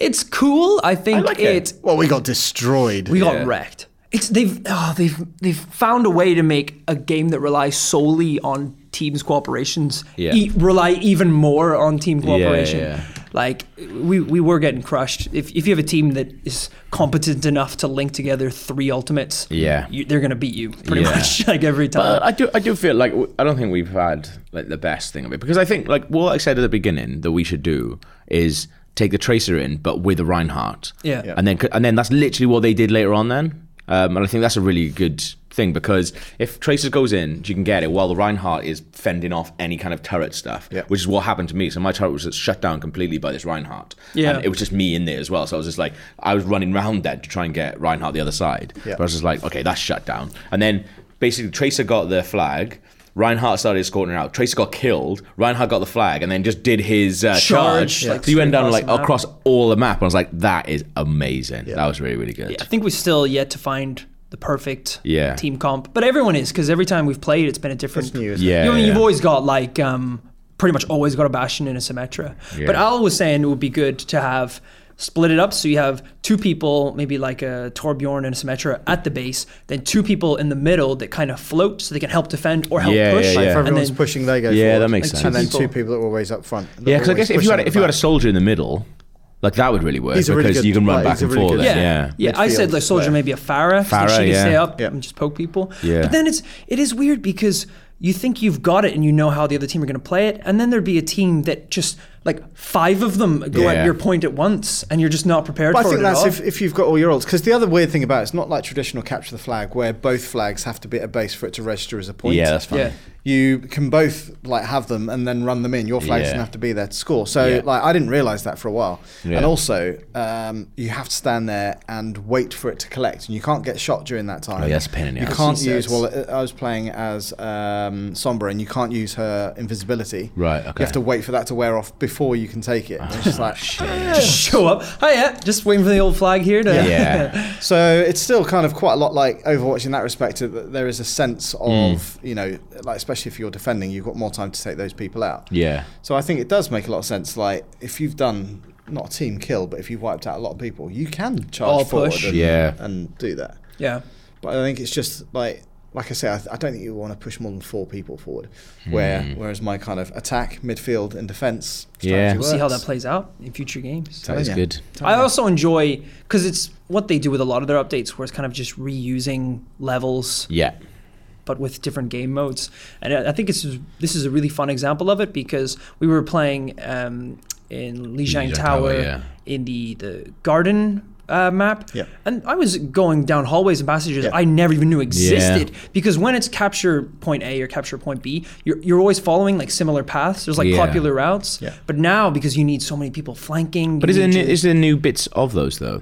Speaker 3: it's cool. I think
Speaker 2: I like
Speaker 3: it.
Speaker 2: it.
Speaker 1: Well, we got destroyed.
Speaker 3: We
Speaker 2: Yeah.
Speaker 3: got wrecked. It's they've oh, they've they've found a way to make a game that relies solely on teams cooperations
Speaker 2: Yeah.
Speaker 3: e- rely even more on team cooperation.
Speaker 2: yeah.
Speaker 3: Like we we were getting crushed. If if you have a team that is competent enough to link together three ultimates,
Speaker 2: Yeah.
Speaker 3: you, they're gonna beat you pretty
Speaker 2: Yeah.
Speaker 3: much like every time.
Speaker 2: But I do, I do feel like I don't think we've had like the best thing of it because I think like what I said at the beginning that we should do is take the tracer in, but with a Reinhardt.
Speaker 3: Yeah. Yeah.
Speaker 2: and then and then that's literally what they did later on. Then, um, and I think that's a really good thing because if tracer goes in, you can get it while the Reinhardt is fending off any kind of turret stuff,
Speaker 1: Yeah.
Speaker 2: which is what happened to me. So my turret was just shut down completely by this Reinhardt.
Speaker 3: Yeah.
Speaker 2: and it was just me in there as well. So I was just like, I was running round then to try and get Reinhardt the other side.
Speaker 1: Yeah.
Speaker 2: But I was just like, okay, that's shut down. And then basically Tracer got the flag. Reinhardt started escorting her out. Tracer got killed. Reinhardt got the flag and then just did his uh, charge.
Speaker 3: Charge, like,
Speaker 2: so you went
Speaker 3: straight
Speaker 2: down
Speaker 3: across
Speaker 2: like
Speaker 3: the map.
Speaker 2: across all the map. And I was like, that is amazing.
Speaker 1: Yeah.
Speaker 2: That was really, really good.
Speaker 3: I think we still yet to find the perfect
Speaker 2: Yeah.
Speaker 3: team comp, but everyone is because every time we've played, it's been a different.
Speaker 1: It's new, isn't
Speaker 2: Yeah.
Speaker 1: it?
Speaker 3: you know,
Speaker 2: yeah.
Speaker 3: you've always got like um, pretty much always got a Bastion and a Symmetra. But
Speaker 2: Yeah.
Speaker 3: Al was saying it would be good to have split it up so you have two people, maybe like a Torbjorn and a Symmetra at the base, then two people in the middle that kind of float so they can help defend or help
Speaker 2: Yeah,
Speaker 3: push.
Speaker 2: yeah,
Speaker 1: Like,
Speaker 2: yeah.
Speaker 1: if
Speaker 3: And
Speaker 1: everyone's
Speaker 3: then-
Speaker 1: pushing, they go.
Speaker 2: Yeah,
Speaker 1: forward.
Speaker 2: that makes
Speaker 3: Like, two
Speaker 1: And then
Speaker 3: people.
Speaker 1: two people that are always up front.
Speaker 2: Yeah, because I guess if you had if you had a soldier in the middle, like that would really work
Speaker 1: He's a really
Speaker 2: because
Speaker 1: good
Speaker 2: you can run
Speaker 1: player.
Speaker 2: back
Speaker 1: He's a
Speaker 2: and
Speaker 1: really
Speaker 2: forth.
Speaker 1: good
Speaker 2: Yeah.
Speaker 1: player.
Speaker 2: yeah.
Speaker 3: Yeah, I said like soldier
Speaker 1: player.
Speaker 3: maybe a Farah, so
Speaker 2: Farah,
Speaker 3: she can
Speaker 2: yeah.
Speaker 3: stay up
Speaker 1: Yeah.
Speaker 3: and just poke people.
Speaker 2: Yeah.
Speaker 3: But then it's it is weird because you think you've got it and you know how the other team are going to play it, and then there'd be a team that just like five of them go
Speaker 2: Yeah.
Speaker 3: at your point at once, and you're just not prepared
Speaker 1: But
Speaker 3: for
Speaker 1: I think
Speaker 3: it. at
Speaker 1: that's
Speaker 3: all.
Speaker 1: if, if you've got all your olds. Because the other weird thing about it, it's not like traditional capture the flag where both flags have to be at a base for it to register as a point.
Speaker 2: Yeah, that's funny.
Speaker 3: Yeah.
Speaker 1: You can both like have them and then run them in. Your flag
Speaker 2: Yeah.
Speaker 1: doesn't have to be there to score. So
Speaker 2: Yeah.
Speaker 1: like I didn't realize that for a while.
Speaker 2: Yeah.
Speaker 1: And also, um, you have to stand there and wait for it to collect, and you can't get shot during that time.
Speaker 2: Oh, yeah, that's a pain in the
Speaker 1: You
Speaker 2: ass.
Speaker 1: can't
Speaker 3: She
Speaker 1: use.
Speaker 3: says.
Speaker 1: Well, I I was playing as um, Sombra, and you can't use her invisibility.
Speaker 2: Right,
Speaker 1: You
Speaker 2: okay. Oh,
Speaker 1: have to wait for that to wear off before you can take it. It's just like
Speaker 3: just show up. Hi, yeah, just waiting for the old flag here to.
Speaker 2: Yeah.
Speaker 1: So it's still kind of quite a lot like Overwatch in that respect. That there is a sense of
Speaker 2: Mm.
Speaker 1: you know, like especially if you're defending, you've got more time to take those people out.
Speaker 2: Yeah.
Speaker 1: So I think it does make a lot of sense. Like if you've done not a team kill, but if you've wiped out a lot of people, you can charge
Speaker 3: Or
Speaker 1: forward
Speaker 3: push.
Speaker 1: And,
Speaker 2: Yeah.
Speaker 1: and do that.
Speaker 3: yeah.
Speaker 1: But I think it's just like. Like I say, I, th- I don't think you want to push more than four people forward.
Speaker 2: Hmm.
Speaker 1: Where, whereas my kind of attack, midfield, and defence.
Speaker 2: Yeah.
Speaker 3: We'll see how that plays out in future games.
Speaker 2: That is
Speaker 1: Oh, Yeah.
Speaker 2: good.
Speaker 3: I also enjoy because it's what they do with a lot of their updates, where it's kind of just reusing levels.
Speaker 2: Yeah.
Speaker 3: but with different game modes. And I I think it's, this is a really fun example of it because we were playing um, in Lijiang
Speaker 2: Lijiang
Speaker 3: Tower
Speaker 2: Tower, yeah.
Speaker 3: in the, the garden uh, map.
Speaker 1: Yeah.
Speaker 3: And I was going down hallways and passages
Speaker 1: Yeah.
Speaker 3: I never even knew existed because when it's capture point A or capture point B, you're, you're always following like similar paths. There's like
Speaker 2: Yeah.
Speaker 3: popular routes.
Speaker 1: Yeah.
Speaker 3: But now because you need so many people flanking.
Speaker 2: But is there, new, is there new bits of those though?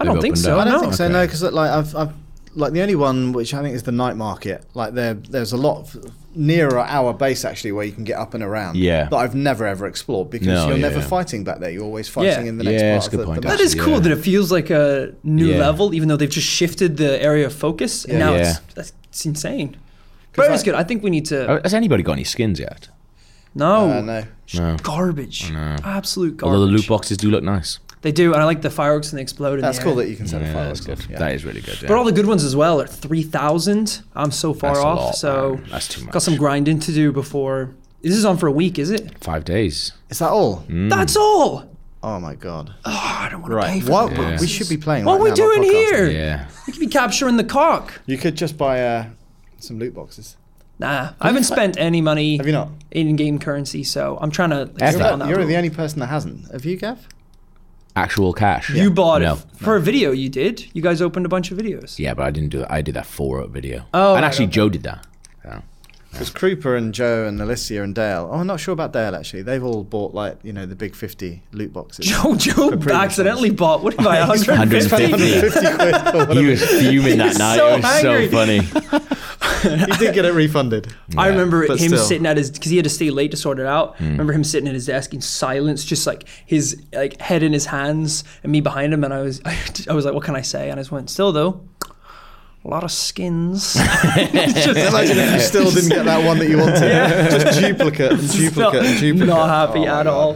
Speaker 3: I don't
Speaker 2: They've
Speaker 3: think
Speaker 2: opened
Speaker 3: so.
Speaker 2: up?
Speaker 1: I don't
Speaker 3: No.
Speaker 1: think so.
Speaker 2: Oh, Okay.
Speaker 1: No, because like I've, I've like the only one which I think is the night market. Like there, there's a lot of nearer our base actually where you can get up and around.
Speaker 2: Yeah.
Speaker 1: that I've never ever explored because
Speaker 2: No,
Speaker 1: you're
Speaker 2: yeah.
Speaker 1: never fighting back there. You're always fighting
Speaker 3: Yeah.
Speaker 1: in the next
Speaker 2: Yeah,
Speaker 1: part
Speaker 2: that's
Speaker 1: of
Speaker 2: a good
Speaker 1: the,
Speaker 2: point,
Speaker 1: the
Speaker 3: That
Speaker 1: map.
Speaker 3: is cool
Speaker 2: Yeah.
Speaker 3: that it feels like a new
Speaker 2: Yeah.
Speaker 3: level, even though they've just shifted the area of focus. And
Speaker 1: Yeah.
Speaker 3: now
Speaker 2: Yeah.
Speaker 3: it's that's it's insane. But it's
Speaker 1: I-
Speaker 3: good. I think we need
Speaker 2: Uh,
Speaker 3: to.
Speaker 2: Has anybody got any skins yet?
Speaker 3: No.
Speaker 1: Uh, no.
Speaker 3: Sh- Garbage. Absolute garbage.
Speaker 2: Oh, Although the loot boxes do look nice.
Speaker 3: They do, and I like the fireworks and they explode. In
Speaker 1: That's
Speaker 3: the
Speaker 1: cool
Speaker 3: air.
Speaker 1: that you can set a
Speaker 2: Yeah,
Speaker 1: fire.
Speaker 2: that's
Speaker 1: on.
Speaker 2: good.
Speaker 1: Yeah.
Speaker 2: That is really good. Yeah.
Speaker 3: But all the good ones as well are 3,000. I'm so far
Speaker 2: That's a
Speaker 3: off.
Speaker 2: lot,
Speaker 3: so
Speaker 2: man. that's too much.
Speaker 3: got some grinding to do before. This is on for a week, is it?
Speaker 2: Five days.
Speaker 1: Is that all?
Speaker 2: Hmm.
Speaker 3: That's all.
Speaker 1: Oh my god!
Speaker 3: Oh, I don't want to pay
Speaker 1: Right.
Speaker 3: for
Speaker 1: What
Speaker 3: that.
Speaker 2: Yeah.
Speaker 1: we should be playing.
Speaker 3: What
Speaker 1: right
Speaker 3: are we
Speaker 1: now,
Speaker 3: doing
Speaker 1: not podcasting.
Speaker 3: here?
Speaker 2: Yeah.
Speaker 3: We could be capturing the cock.
Speaker 1: You could just buy uh, some loot boxes.
Speaker 3: Nah, I haven't spent any money
Speaker 1: Have you not?
Speaker 3: in game currency, so I'm trying to like,
Speaker 2: Ever.
Speaker 3: stay on that
Speaker 1: You're
Speaker 3: route.
Speaker 1: the only person that hasn't. Have you, Gav?
Speaker 2: Actual cash.
Speaker 3: You bought
Speaker 2: no.
Speaker 3: it for a video. You did. You guys opened a bunch of videos.
Speaker 2: Yeah, but I didn't do that. I did that four video. and
Speaker 3: Oh, right,
Speaker 2: actually
Speaker 3: okay.
Speaker 2: Joe did that. Yeah.
Speaker 1: Because Krupa and Joe and Alicia and Dale. Oh, I'm not sure about Dale actually. They've all bought like you know the big fifty loot boxes.
Speaker 3: Joe, Joe
Speaker 1: previous
Speaker 3: accidentally bought. What am I?
Speaker 2: 150.
Speaker 3: 150.
Speaker 2: He was fuming that
Speaker 3: He's
Speaker 2: night.
Speaker 3: so
Speaker 2: it was
Speaker 3: angry.
Speaker 2: so funny.
Speaker 1: you did get it refunded.
Speaker 3: I remember him
Speaker 1: But still.
Speaker 3: sitting at his because he had to stay late to sort it out.
Speaker 2: Mm.
Speaker 3: I remember him sitting at his desk in silence, just like his like head in his hands, and me behind him. And I was I, was like, what can I say? And I just went, still though, a lot of skins.
Speaker 1: Imagine if you still didn't get that one that you wanted. Just duplicate and duplicate and duplicate.
Speaker 3: Not happy
Speaker 1: Oh my
Speaker 3: at
Speaker 1: God.
Speaker 3: all.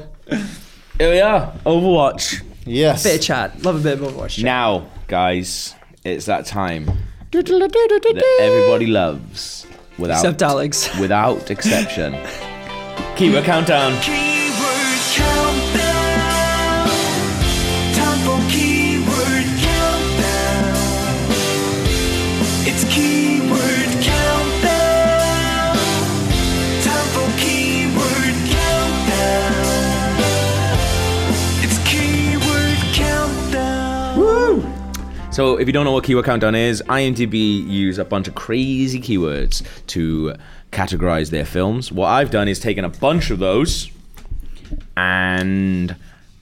Speaker 2: Here we are. Overwatch.
Speaker 1: Yes.
Speaker 3: Bit of chat. Love a bit of Overwatch. chat.
Speaker 2: Now, guys, it's that time that everybody loves. Without,
Speaker 3: Except Alex.
Speaker 2: Without exception. Keyword countdown.
Speaker 4: Keyword countdown. Time for keyword countdown. It's keyword countdown. Time for keyword countdown. It's keyword countdown.
Speaker 2: So, if you don't know what keyword countdown is, IMDb use a bunch of crazy keywords to categorize their films. What I've done is taken a bunch of those, and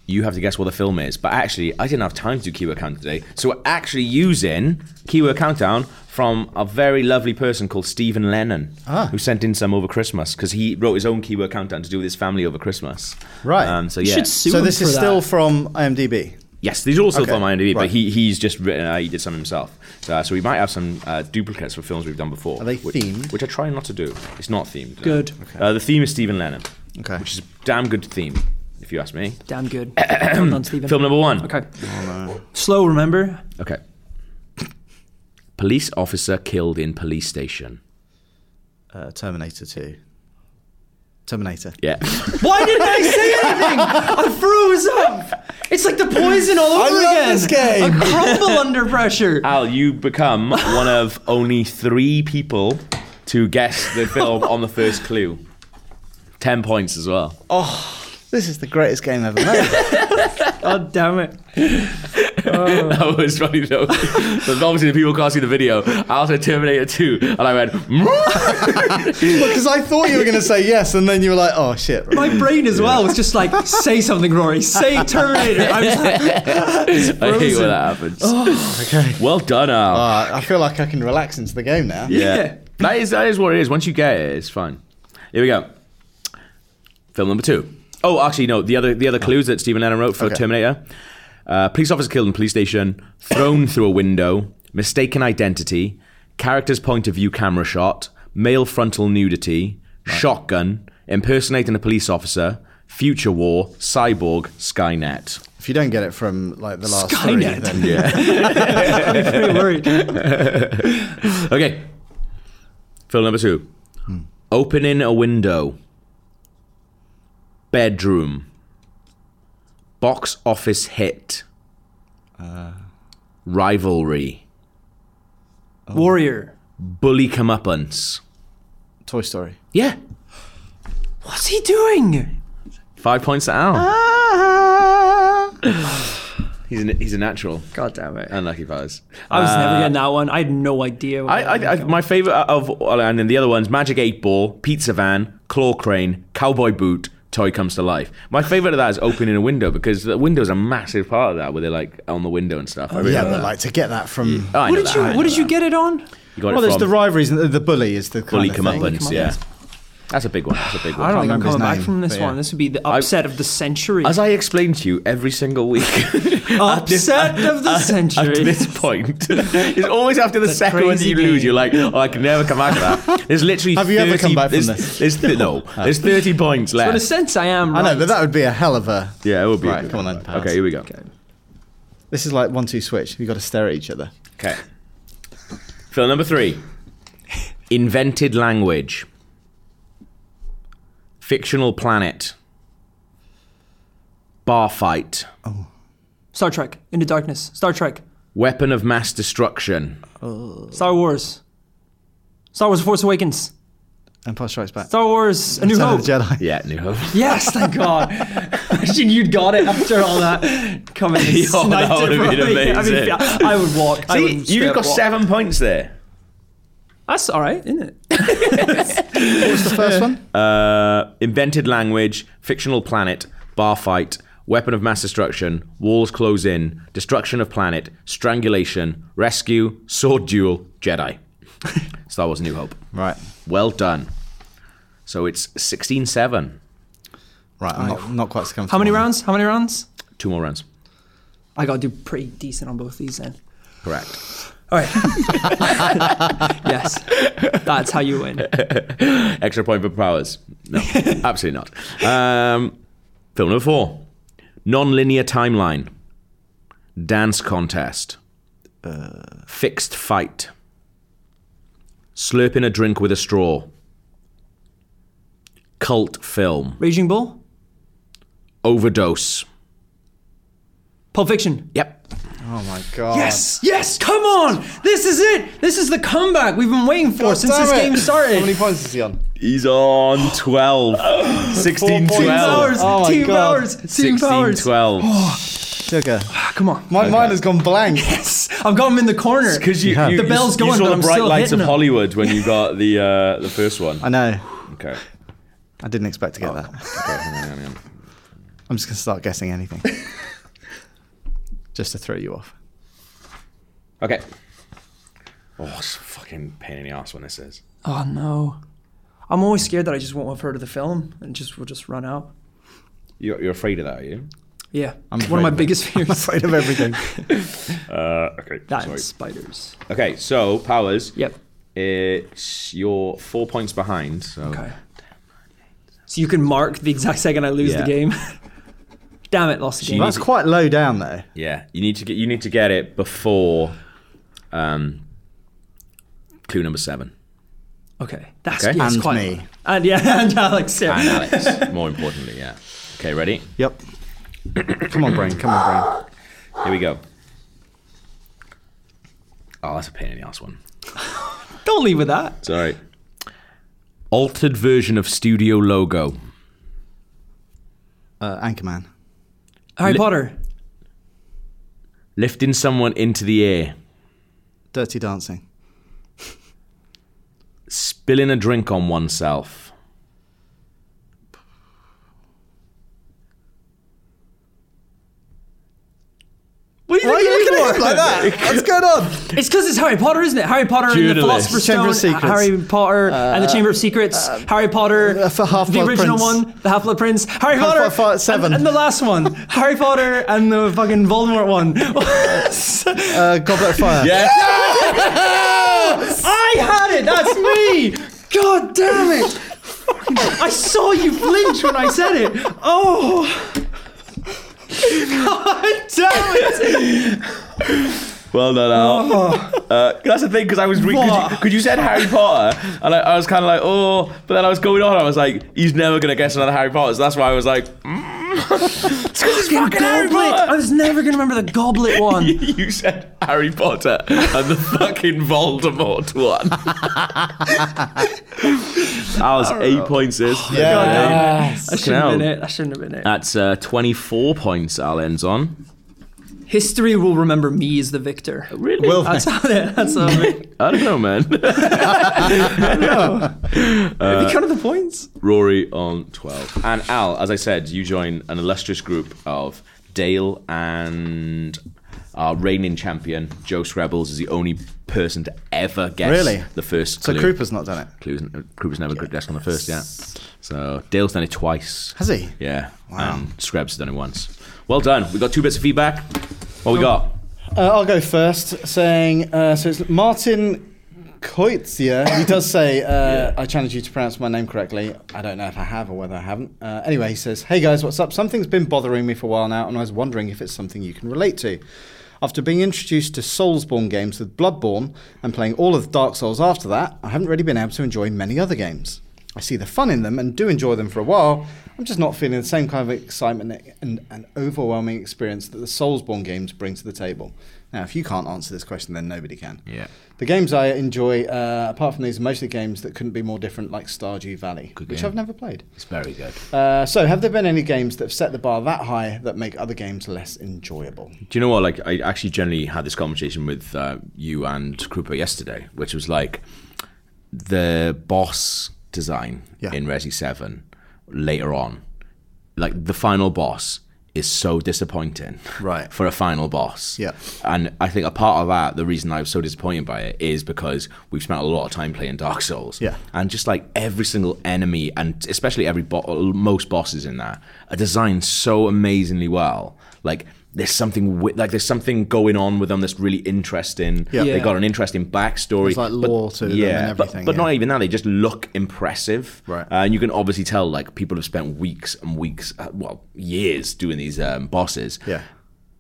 Speaker 2: you have to guess what the film is. But actually, I didn't have time to do keyword countdown today, so we're actually using keyword countdown from a very lovely person called Stephen Lennon,
Speaker 1: Ah.
Speaker 2: who sent in some over Christmas because he wrote his own keyword countdown to do with his family over Christmas.
Speaker 1: Right.
Speaker 2: Um, so yeah.
Speaker 3: should sue
Speaker 1: So
Speaker 3: him
Speaker 1: this
Speaker 3: for
Speaker 1: is
Speaker 3: that.
Speaker 1: still from IMDb.
Speaker 2: Yes, these are also
Speaker 1: Okay,
Speaker 2: from IMDb, but
Speaker 1: right.
Speaker 2: he, he's just written, uh, he did some himself. So, so we might have some uh, duplicates for films we've done before.
Speaker 1: Are they
Speaker 2: which,
Speaker 1: themed?
Speaker 2: Which I try not to do. It's not themed. no.
Speaker 3: Good.
Speaker 2: Uh, the theme is Stephen Lennon.
Speaker 1: Okay.
Speaker 2: Which is a damn good theme, if you ask me.
Speaker 3: Damn good. well done, Stephen.
Speaker 2: Film number one.
Speaker 3: Okay.
Speaker 1: Oh,
Speaker 3: Slow, remember?
Speaker 2: Okay. Police officer killed in police station.
Speaker 1: Uh, Terminator 2. Terminator.
Speaker 2: Yeah.
Speaker 3: Why didn't I say anything? I froze up. It's like the poison all over
Speaker 1: I love
Speaker 3: again.
Speaker 1: this game.
Speaker 3: I crumble under pressure.
Speaker 2: Al, you become one of only three people to guess the film on the first clue. Ten points as well.
Speaker 1: This is the greatest game ever made.
Speaker 3: God Oh, damn it.
Speaker 2: That was funny though. but obviously, the people can't see the video. I also Terminator 2, and I went, "Mmm."
Speaker 1: Because I thought you were going to say yes, and then you were like, oh shit.
Speaker 3: My brain as well was just like, say something, Rory. Say Terminator. I was like,
Speaker 2: I hate when that happens.
Speaker 1: Okay.
Speaker 2: Well done, Al.
Speaker 1: Uh, I feel like I can relax into the game now.
Speaker 2: yeah.
Speaker 3: yeah.
Speaker 2: That, is, that is what it is. Once you get it, it's fine. Here we go. Film number two. Oh, actually, no. The other the other clues that Stephen Lennon wrote for
Speaker 1: Okay.
Speaker 2: Terminator uh, police officer killed in police station, thrown through a window, mistaken identity, character's point of view camera shot, male frontal nudity, shotgun, impersonating a police officer, future war, cyborg, Skynet.
Speaker 1: If you don't get it from like the last three,
Speaker 3: Skynet.
Speaker 1: then yeah.
Speaker 3: I'm pretty
Speaker 1: Um,
Speaker 3: worried.
Speaker 2: Okay. Film number two. Opening a window. Bedroom. Box office hit. Uh. Rivalry.
Speaker 3: Warrior.
Speaker 2: Bully comeuppance.
Speaker 1: Toy Story.
Speaker 2: Yeah.
Speaker 3: What's he doing?
Speaker 2: Five points to Al.
Speaker 1: Ah.
Speaker 2: he's, a, he's a natural.
Speaker 3: God damn it.
Speaker 2: Unlucky powers.
Speaker 3: I was
Speaker 1: Uh,
Speaker 3: never getting that one. I had no idea. what
Speaker 2: I, I, I, my favorite of, well, and then the other ones: Magic Eight Ball, Pizza Van, Claw Crane, Cowboy Boot, Toy Comes to Life. My favorite of that is opening a window because the window's a massive part of that, where they're like on the window and stuff. I really
Speaker 1: Yeah,
Speaker 2: love
Speaker 1: but
Speaker 2: that.
Speaker 1: like to get that from.
Speaker 2: Oh, I know
Speaker 3: what did
Speaker 2: that,
Speaker 3: you
Speaker 2: I know
Speaker 3: What did Oh, you
Speaker 2: that.
Speaker 3: get it on?
Speaker 2: You got
Speaker 1: Well,
Speaker 2: it
Speaker 1: there's
Speaker 2: from
Speaker 1: the rivalries and the, the bully is the kind
Speaker 2: Bully
Speaker 1: of thing.
Speaker 2: Comeuppance. Yeah, that's a big one. That's a big one.
Speaker 3: I don't think I'm
Speaker 1: remember his
Speaker 3: coming back
Speaker 1: name,
Speaker 3: from this
Speaker 1: but yeah.
Speaker 3: one. This would be the upset of the century.
Speaker 2: As I explain to you every single week,
Speaker 3: upset of the century.
Speaker 2: at this point, it's always after the second one that
Speaker 3: crazy
Speaker 2: you lose,
Speaker 3: game.
Speaker 2: you're like, "Oh, I can never come back from that." There's literally
Speaker 1: Have you ever come
Speaker 2: 30
Speaker 1: back from Ah.
Speaker 2: there's- There's th- no, there's 30 points
Speaker 3: So in a
Speaker 2: left.
Speaker 3: sense, I am.
Speaker 1: I
Speaker 3: Right.
Speaker 1: know, but that would be a hell of a.
Speaker 2: Yeah, it will be. a
Speaker 1: Right,
Speaker 2: good
Speaker 1: come on
Speaker 2: one.
Speaker 1: then, pals.
Speaker 2: Okay, here we go.
Speaker 1: This is like one two switch. You've got to stare at each other.
Speaker 2: Okay. Film number three Invented language, fictional planet, bar fight,
Speaker 3: Star Trek in the darkness. Star Trek.
Speaker 2: weapon of mass destruction,
Speaker 3: Star Wars. Star Wars: Force Awakens.
Speaker 1: Empire Strikes Back.
Speaker 3: Star Wars: A New
Speaker 1: Return
Speaker 3: Hope.
Speaker 1: of the Jedi.
Speaker 2: yeah, New Hope.
Speaker 3: Yes, thank God. Imagine you'd got it after all that. Come and
Speaker 2: Yo,
Speaker 3: sniped
Speaker 2: that
Speaker 3: it
Speaker 2: would've
Speaker 3: from
Speaker 2: been
Speaker 3: me.
Speaker 2: amazing.
Speaker 3: I mean, I would walk. I would
Speaker 2: See,
Speaker 3: straight
Speaker 2: you've
Speaker 3: up
Speaker 2: got
Speaker 3: walk.
Speaker 2: seven points there.
Speaker 3: That's all right, isn't it?
Speaker 1: What's the first one?
Speaker 2: Uh, invented language, fictional planet, bar fight, weapon of mass destruction, walls close in, destruction of planet, strangulation, rescue, sword duel, Jedi. Star Wars: A New Hope.
Speaker 1: Right.
Speaker 2: Well done. So it's 16 7.
Speaker 1: Right. I'm not, not quite so comfortable.
Speaker 3: How many rounds? How many rounds?
Speaker 2: Two more rounds.
Speaker 3: I got to do pretty decent on both these then.
Speaker 2: Correct.
Speaker 3: All right. yes, that's how you win.
Speaker 2: Extra point for powers. No, absolutely not. Um, film number four Non-linear timeline, dance contest, fixed fight, slurping a drink with a straw, cult film,
Speaker 3: Raging Bull,
Speaker 2: overdose.
Speaker 3: Pulp Fiction.
Speaker 2: Yep.
Speaker 1: Oh my god.
Speaker 3: Yes, Um, yes, come on! This is it. This is the comeback we've been waiting for
Speaker 1: God
Speaker 3: since
Speaker 1: Oh, damn
Speaker 3: this
Speaker 1: it.
Speaker 3: game started.
Speaker 1: How many points is he on?
Speaker 2: He's on 12. 16
Speaker 1: points.
Speaker 3: Team
Speaker 2: 12.
Speaker 3: Powers,
Speaker 1: Oh my
Speaker 3: Team
Speaker 1: God.
Speaker 3: Powers, Team
Speaker 2: 16
Speaker 3: Powers.
Speaker 2: 12.
Speaker 1: Sugar.
Speaker 3: Ah, Come on,
Speaker 1: My mind has gone blank.
Speaker 3: I've got him in the corner.
Speaker 2: Because you,
Speaker 1: Yeah.
Speaker 2: you,
Speaker 1: The
Speaker 2: you-
Speaker 3: bell's
Speaker 2: you
Speaker 3: going,
Speaker 2: saw
Speaker 3: but
Speaker 2: the
Speaker 3: I'm
Speaker 2: bright
Speaker 3: still
Speaker 2: lights
Speaker 3: hitting
Speaker 2: of
Speaker 3: them.
Speaker 2: Hollywood when you got the uh, the first one.
Speaker 1: I know.
Speaker 2: Okay.
Speaker 1: I didn't expect to get that. I'm just gonna start guessing anything. just to throw you off.
Speaker 2: Okay. Oh, it's a fucking pain in the ass when this is.
Speaker 3: Oh no, I'm always scared that I just won't have heard of the film and just will just run out.
Speaker 2: You're, you're afraid of that, are you?
Speaker 3: Yeah,
Speaker 1: I'm
Speaker 3: one of
Speaker 1: afraid
Speaker 3: my
Speaker 1: of it.
Speaker 3: biggest fears.
Speaker 1: Afraid of everything.
Speaker 2: Uh, okay.
Speaker 3: That
Speaker 2: sorry.
Speaker 3: and spiders.
Speaker 2: Okay, so powers.
Speaker 3: Yep.
Speaker 2: It's you're four points behind. So.
Speaker 3: Okay. So you can mark the exact second I lose
Speaker 2: Yeah.
Speaker 3: the game. Damn it, lost the game.
Speaker 1: That's quite low down though.
Speaker 2: Yeah, you need to get you need to get it before um, clue number seven.
Speaker 3: Okay, that's
Speaker 2: Okay.
Speaker 3: yeah, it's
Speaker 1: And
Speaker 3: quite,
Speaker 1: me.
Speaker 3: And yeah, and Alex. Yeah.
Speaker 2: And Alex, more importantly, yeah. Okay, ready?
Speaker 1: Yep. come on, brain. Come on, brain.
Speaker 2: Here we go. Oh, that's a pain in the ass one.
Speaker 3: Don't leave with that.
Speaker 2: Sorry. Altered version of studio logo.
Speaker 1: Uh, Anchorman.
Speaker 3: Harry
Speaker 2: Li-
Speaker 3: Potter.
Speaker 2: Lifting someone into the air.
Speaker 1: Dirty Dancing.
Speaker 2: Spilling a drink on oneself.
Speaker 3: What are you, looking at?
Speaker 1: like that? What's going on?
Speaker 3: It's because it's Harry Potter, isn't it? Harry Potter and the
Speaker 2: Journalist.
Speaker 3: Philosopher's
Speaker 1: Chamber of
Speaker 3: Stone, uh,
Speaker 1: Secrets.
Speaker 3: Harry Potter and the Chamber of Secrets, Harry Potter,
Speaker 1: uh, for Half-Blood
Speaker 3: the original
Speaker 1: Prince.
Speaker 3: one, the Half Blood Prince, Harry Potter,
Speaker 1: Half-Blood Fo-
Speaker 3: and-
Speaker 1: Seven.
Speaker 3: And, the last one, Harry Potter and the fucking Voldemort one.
Speaker 1: Uh, Goblet of Fire.
Speaker 2: Yes!
Speaker 3: I had it. That's me. God damn it! I saw you flinch when I said it. Oh. God damn it!
Speaker 2: Well done, Al. Uh, that's the thing, because I was re- cause you,
Speaker 3: Oh. What?
Speaker 2: 'cause you said Harry Potter, and I, I was kind of like, oh, but then I was going on, I was like, he's never gonna guess another Harry Potter, so that's why I was like, "Mm."
Speaker 3: Fucking
Speaker 2: Harry
Speaker 3: goblet!
Speaker 2: Potter.
Speaker 3: I was never gonna remember the goblet one.
Speaker 2: you said Harry Potter and the fucking Voldemort one. Al's eight points is.
Speaker 3: That shouldn't have been it. That shouldn't have been it.
Speaker 2: That's uh, 24 points Al ends on.
Speaker 3: History will remember me as the victor.
Speaker 2: Really?
Speaker 1: Will
Speaker 3: That's how that. That's how it.
Speaker 2: I don't know, man.
Speaker 3: Have you counted the points?
Speaker 2: Rory on 12. And Al, as I said, you join an illustrious group of Dale and our reigning champion, Joe Scrabbles, is the only person to ever guess
Speaker 1: Really?
Speaker 2: the first
Speaker 1: so
Speaker 2: clue.
Speaker 1: Krupa's not done it.
Speaker 2: Clues, Krupa's never guessed on the first, yeah. So Dale's done it twice.
Speaker 1: Has he?
Speaker 2: Yeah.
Speaker 1: Wow.
Speaker 2: And Scrabs has done it once. Well done. We got two bits of feedback. What we got?
Speaker 1: Uh, I'll go first, saying uh, so it's Martin Koitzier. He does say, uh, I challenge you to pronounce my name correctly. I don't know if I have or whether I haven't. Uh, anyway, he says, Hey guys, what's up? Something's been bothering me for a while now, and I was wondering if it's something you can relate to. After being introduced to Soulsborne games with Bloodborne and playing all of Dark Souls after that, I haven't really been able to enjoy many other games. I see the fun in them and do enjoy them for a while. I'm just not feeling the same kind of excitement and, and overwhelming experience that the Soulsborne games bring to the table. Now, if you can't answer this question, then nobody can.
Speaker 2: Yeah.
Speaker 1: The games I enjoy, uh, apart from these, are mostly games that couldn't be more different, like Stardew Valley,
Speaker 2: Good
Speaker 1: which
Speaker 2: game.
Speaker 1: I've never played.
Speaker 2: It's very good.
Speaker 1: Uh, so, have there been any games that have set the bar that high that make other games less enjoyable?
Speaker 2: Do you know what? Like, I actually generally had this conversation with uh, you and Krupa yesterday, which was like the boss design
Speaker 1: Yeah.
Speaker 2: in Resi 7 later on. Like, the final boss is so disappointing
Speaker 1: Right.
Speaker 2: for a final boss.
Speaker 1: Yeah.
Speaker 2: And I think a part of that, the reason I was so disappointed by it is because we've spent a lot of time playing Dark Souls.
Speaker 1: Yeah.
Speaker 2: And just like every single enemy, and especially every bo- most bosses in that, are designed so amazingly well. Like there's something wi- like there's something going on with them that's really interesting.
Speaker 1: Yeah.
Speaker 2: They
Speaker 3: Yeah.
Speaker 2: got an interesting backstory.
Speaker 1: There's, like,
Speaker 2: but-
Speaker 1: lore to them
Speaker 2: yeah,
Speaker 1: and
Speaker 2: but-
Speaker 1: everything,
Speaker 2: But,
Speaker 1: yeah.
Speaker 2: not even that. They just look impressive.
Speaker 1: Right.
Speaker 2: Uh, and you can obviously tell like people have spent weeks and weeks, uh, well, years doing these um, bosses.
Speaker 1: Yeah.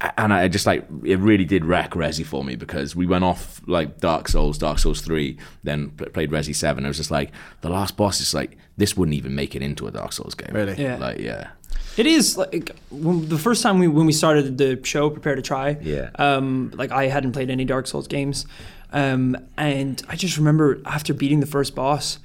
Speaker 2: A- And I just like it really did wreck Resi for me because we went off like Dark Souls, Dark Souls three, then pl- played Resi seven. I was just like, the last boss is like this wouldn't even make it into a Dark Souls game.
Speaker 1: Really?
Speaker 3: Yeah.
Speaker 2: Like yeah.
Speaker 3: It is like when, the first time we when we started the show, prepare to try.
Speaker 2: Yeah.
Speaker 3: Um, like I hadn't played any Dark Souls games, um, and I just remember after beating the first boss,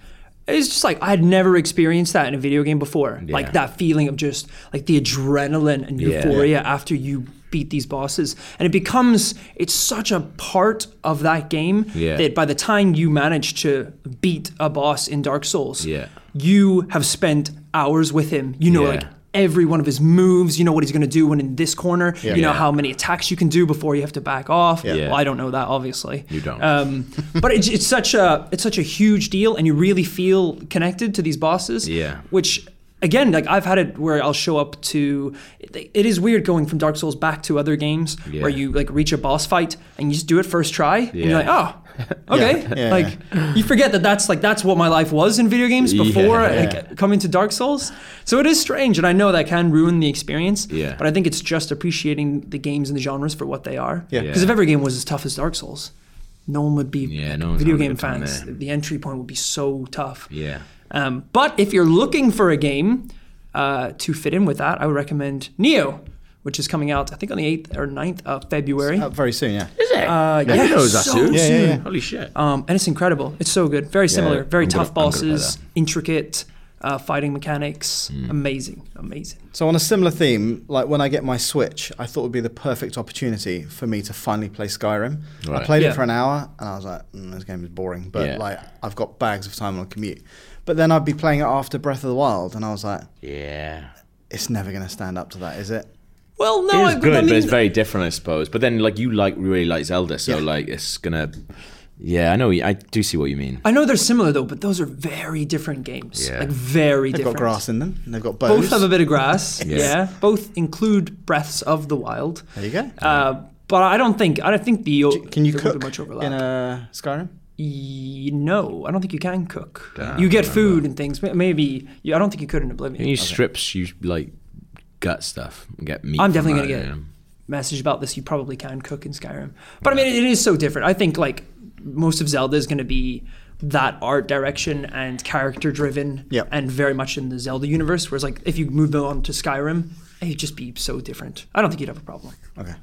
Speaker 3: it's just like I had never experienced that in a video game before.
Speaker 2: Yeah.
Speaker 3: Like that feeling of just like the adrenaline and
Speaker 2: Yeah.
Speaker 3: euphoria after you beat these bosses, and it becomes it's such a part of that game
Speaker 2: Yeah.
Speaker 3: that by the time you manage to beat a boss in Dark Souls,
Speaker 2: Yeah.
Speaker 3: you have spent hours with him. You know,
Speaker 2: Yeah.
Speaker 3: like every one of his moves. You know what he's going to do when in this corner. You know
Speaker 2: Yeah.
Speaker 3: how many attacks you can do before you have to back off.
Speaker 2: Yeah.
Speaker 3: Well, I don't know that obviously.
Speaker 2: You don't.
Speaker 3: Um, but it's, it's such a it's such a huge deal, and you really feel connected to these bosses.
Speaker 2: Yeah.
Speaker 3: Which. Again, like I've had it where I'll show up to. It it is weird going from Dark Souls back to other games
Speaker 2: Yeah.
Speaker 3: where you like reach a boss fight and you just do it first try, and
Speaker 2: Yeah.
Speaker 3: you're like, oh, okay.
Speaker 1: Yeah.
Speaker 3: Like you forget that that's like that's what my life was in video games before
Speaker 2: Yeah.
Speaker 3: like, coming to Dark Souls. So it is strange, and I know that can ruin the experience.
Speaker 2: Yeah.
Speaker 3: But I think it's just appreciating the games and the genres for what they are.
Speaker 1: Yeah.
Speaker 3: Because if every game was as tough as Dark Souls, no one would be
Speaker 2: Yeah, no one's
Speaker 3: video
Speaker 2: having a
Speaker 3: game
Speaker 2: good time
Speaker 3: fans.
Speaker 2: there.
Speaker 3: The entry point would be so tough.
Speaker 2: Yeah.
Speaker 3: Um, but if you're looking for a game uh, to fit in with that, I would recommend Neo. Which is coming out, I think, on the 8th or 9th of February.
Speaker 2: Oh.
Speaker 1: Up very soon, yeah.
Speaker 3: Uh, yeah,
Speaker 2: Who knows that
Speaker 3: so
Speaker 2: soon?
Speaker 1: Yeah, yeah, yeah.
Speaker 2: Holy shit.
Speaker 3: Um, and it's incredible. It's so good. Very similar. Very
Speaker 2: I'm gonna-
Speaker 3: tough
Speaker 2: I'm gonna play
Speaker 3: bosses,
Speaker 2: that. Hmm.
Speaker 3: intricate uh, fighting mechanics. Amazing. Amazing.
Speaker 1: So on a similar theme, like when I get my Switch, I thought it would be the perfect opportunity for me to finally play Skyrim. I
Speaker 2: Right.
Speaker 1: played it
Speaker 3: Yeah.
Speaker 1: for an hour and I was like, mm, this game is boring, but
Speaker 2: Yeah.
Speaker 1: like I've got bags of time on commute. But then I'd be playing it after Breath of the Wild and I was like,
Speaker 2: Yeah.
Speaker 1: it's never going to stand up to that, is it?
Speaker 3: Well, no,
Speaker 2: It is
Speaker 3: I,
Speaker 2: good,
Speaker 3: I mean,
Speaker 2: but it's very different, I suppose. But then, like, you like really like Zelda, so
Speaker 1: Yeah.
Speaker 2: like it's gonna. Yeah, I know. I do see what you mean.
Speaker 3: I know they're similar though, but those are very different games.
Speaker 2: Yeah.
Speaker 3: Like very
Speaker 1: They've
Speaker 3: different.
Speaker 1: got grass in them and they've got bows.
Speaker 3: Both have a bit of grass.
Speaker 2: Yeah.
Speaker 3: yeah. Both include breaths of the wild.
Speaker 1: there you go.
Speaker 3: Uh, but I don't think I don't think the
Speaker 1: Can you
Speaker 3: there
Speaker 1: cook
Speaker 3: won't be much overlap.
Speaker 1: in a Skyrim?
Speaker 3: E- no, I don't think you can cook.
Speaker 2: Damn,
Speaker 3: you
Speaker 2: I
Speaker 3: get
Speaker 2: remember.
Speaker 3: food and things. May- Maybe you, I don't think you could in Oblivion.
Speaker 2: You strips, you like gut stuff and get meat.
Speaker 3: I'm
Speaker 2: from
Speaker 3: definitely
Speaker 2: that,
Speaker 3: gonna get
Speaker 2: you know.
Speaker 3: message about this, you probably can cook in Skyrim. But I mean, it is so different. I think like most of Zelda is going to be that art direction and character driven,
Speaker 1: Yep.
Speaker 3: and very much in the Zelda universe. Whereas like if you moved on to Skyrim, it'd just be so different. I don't think you'd have a problem.
Speaker 1: Okay.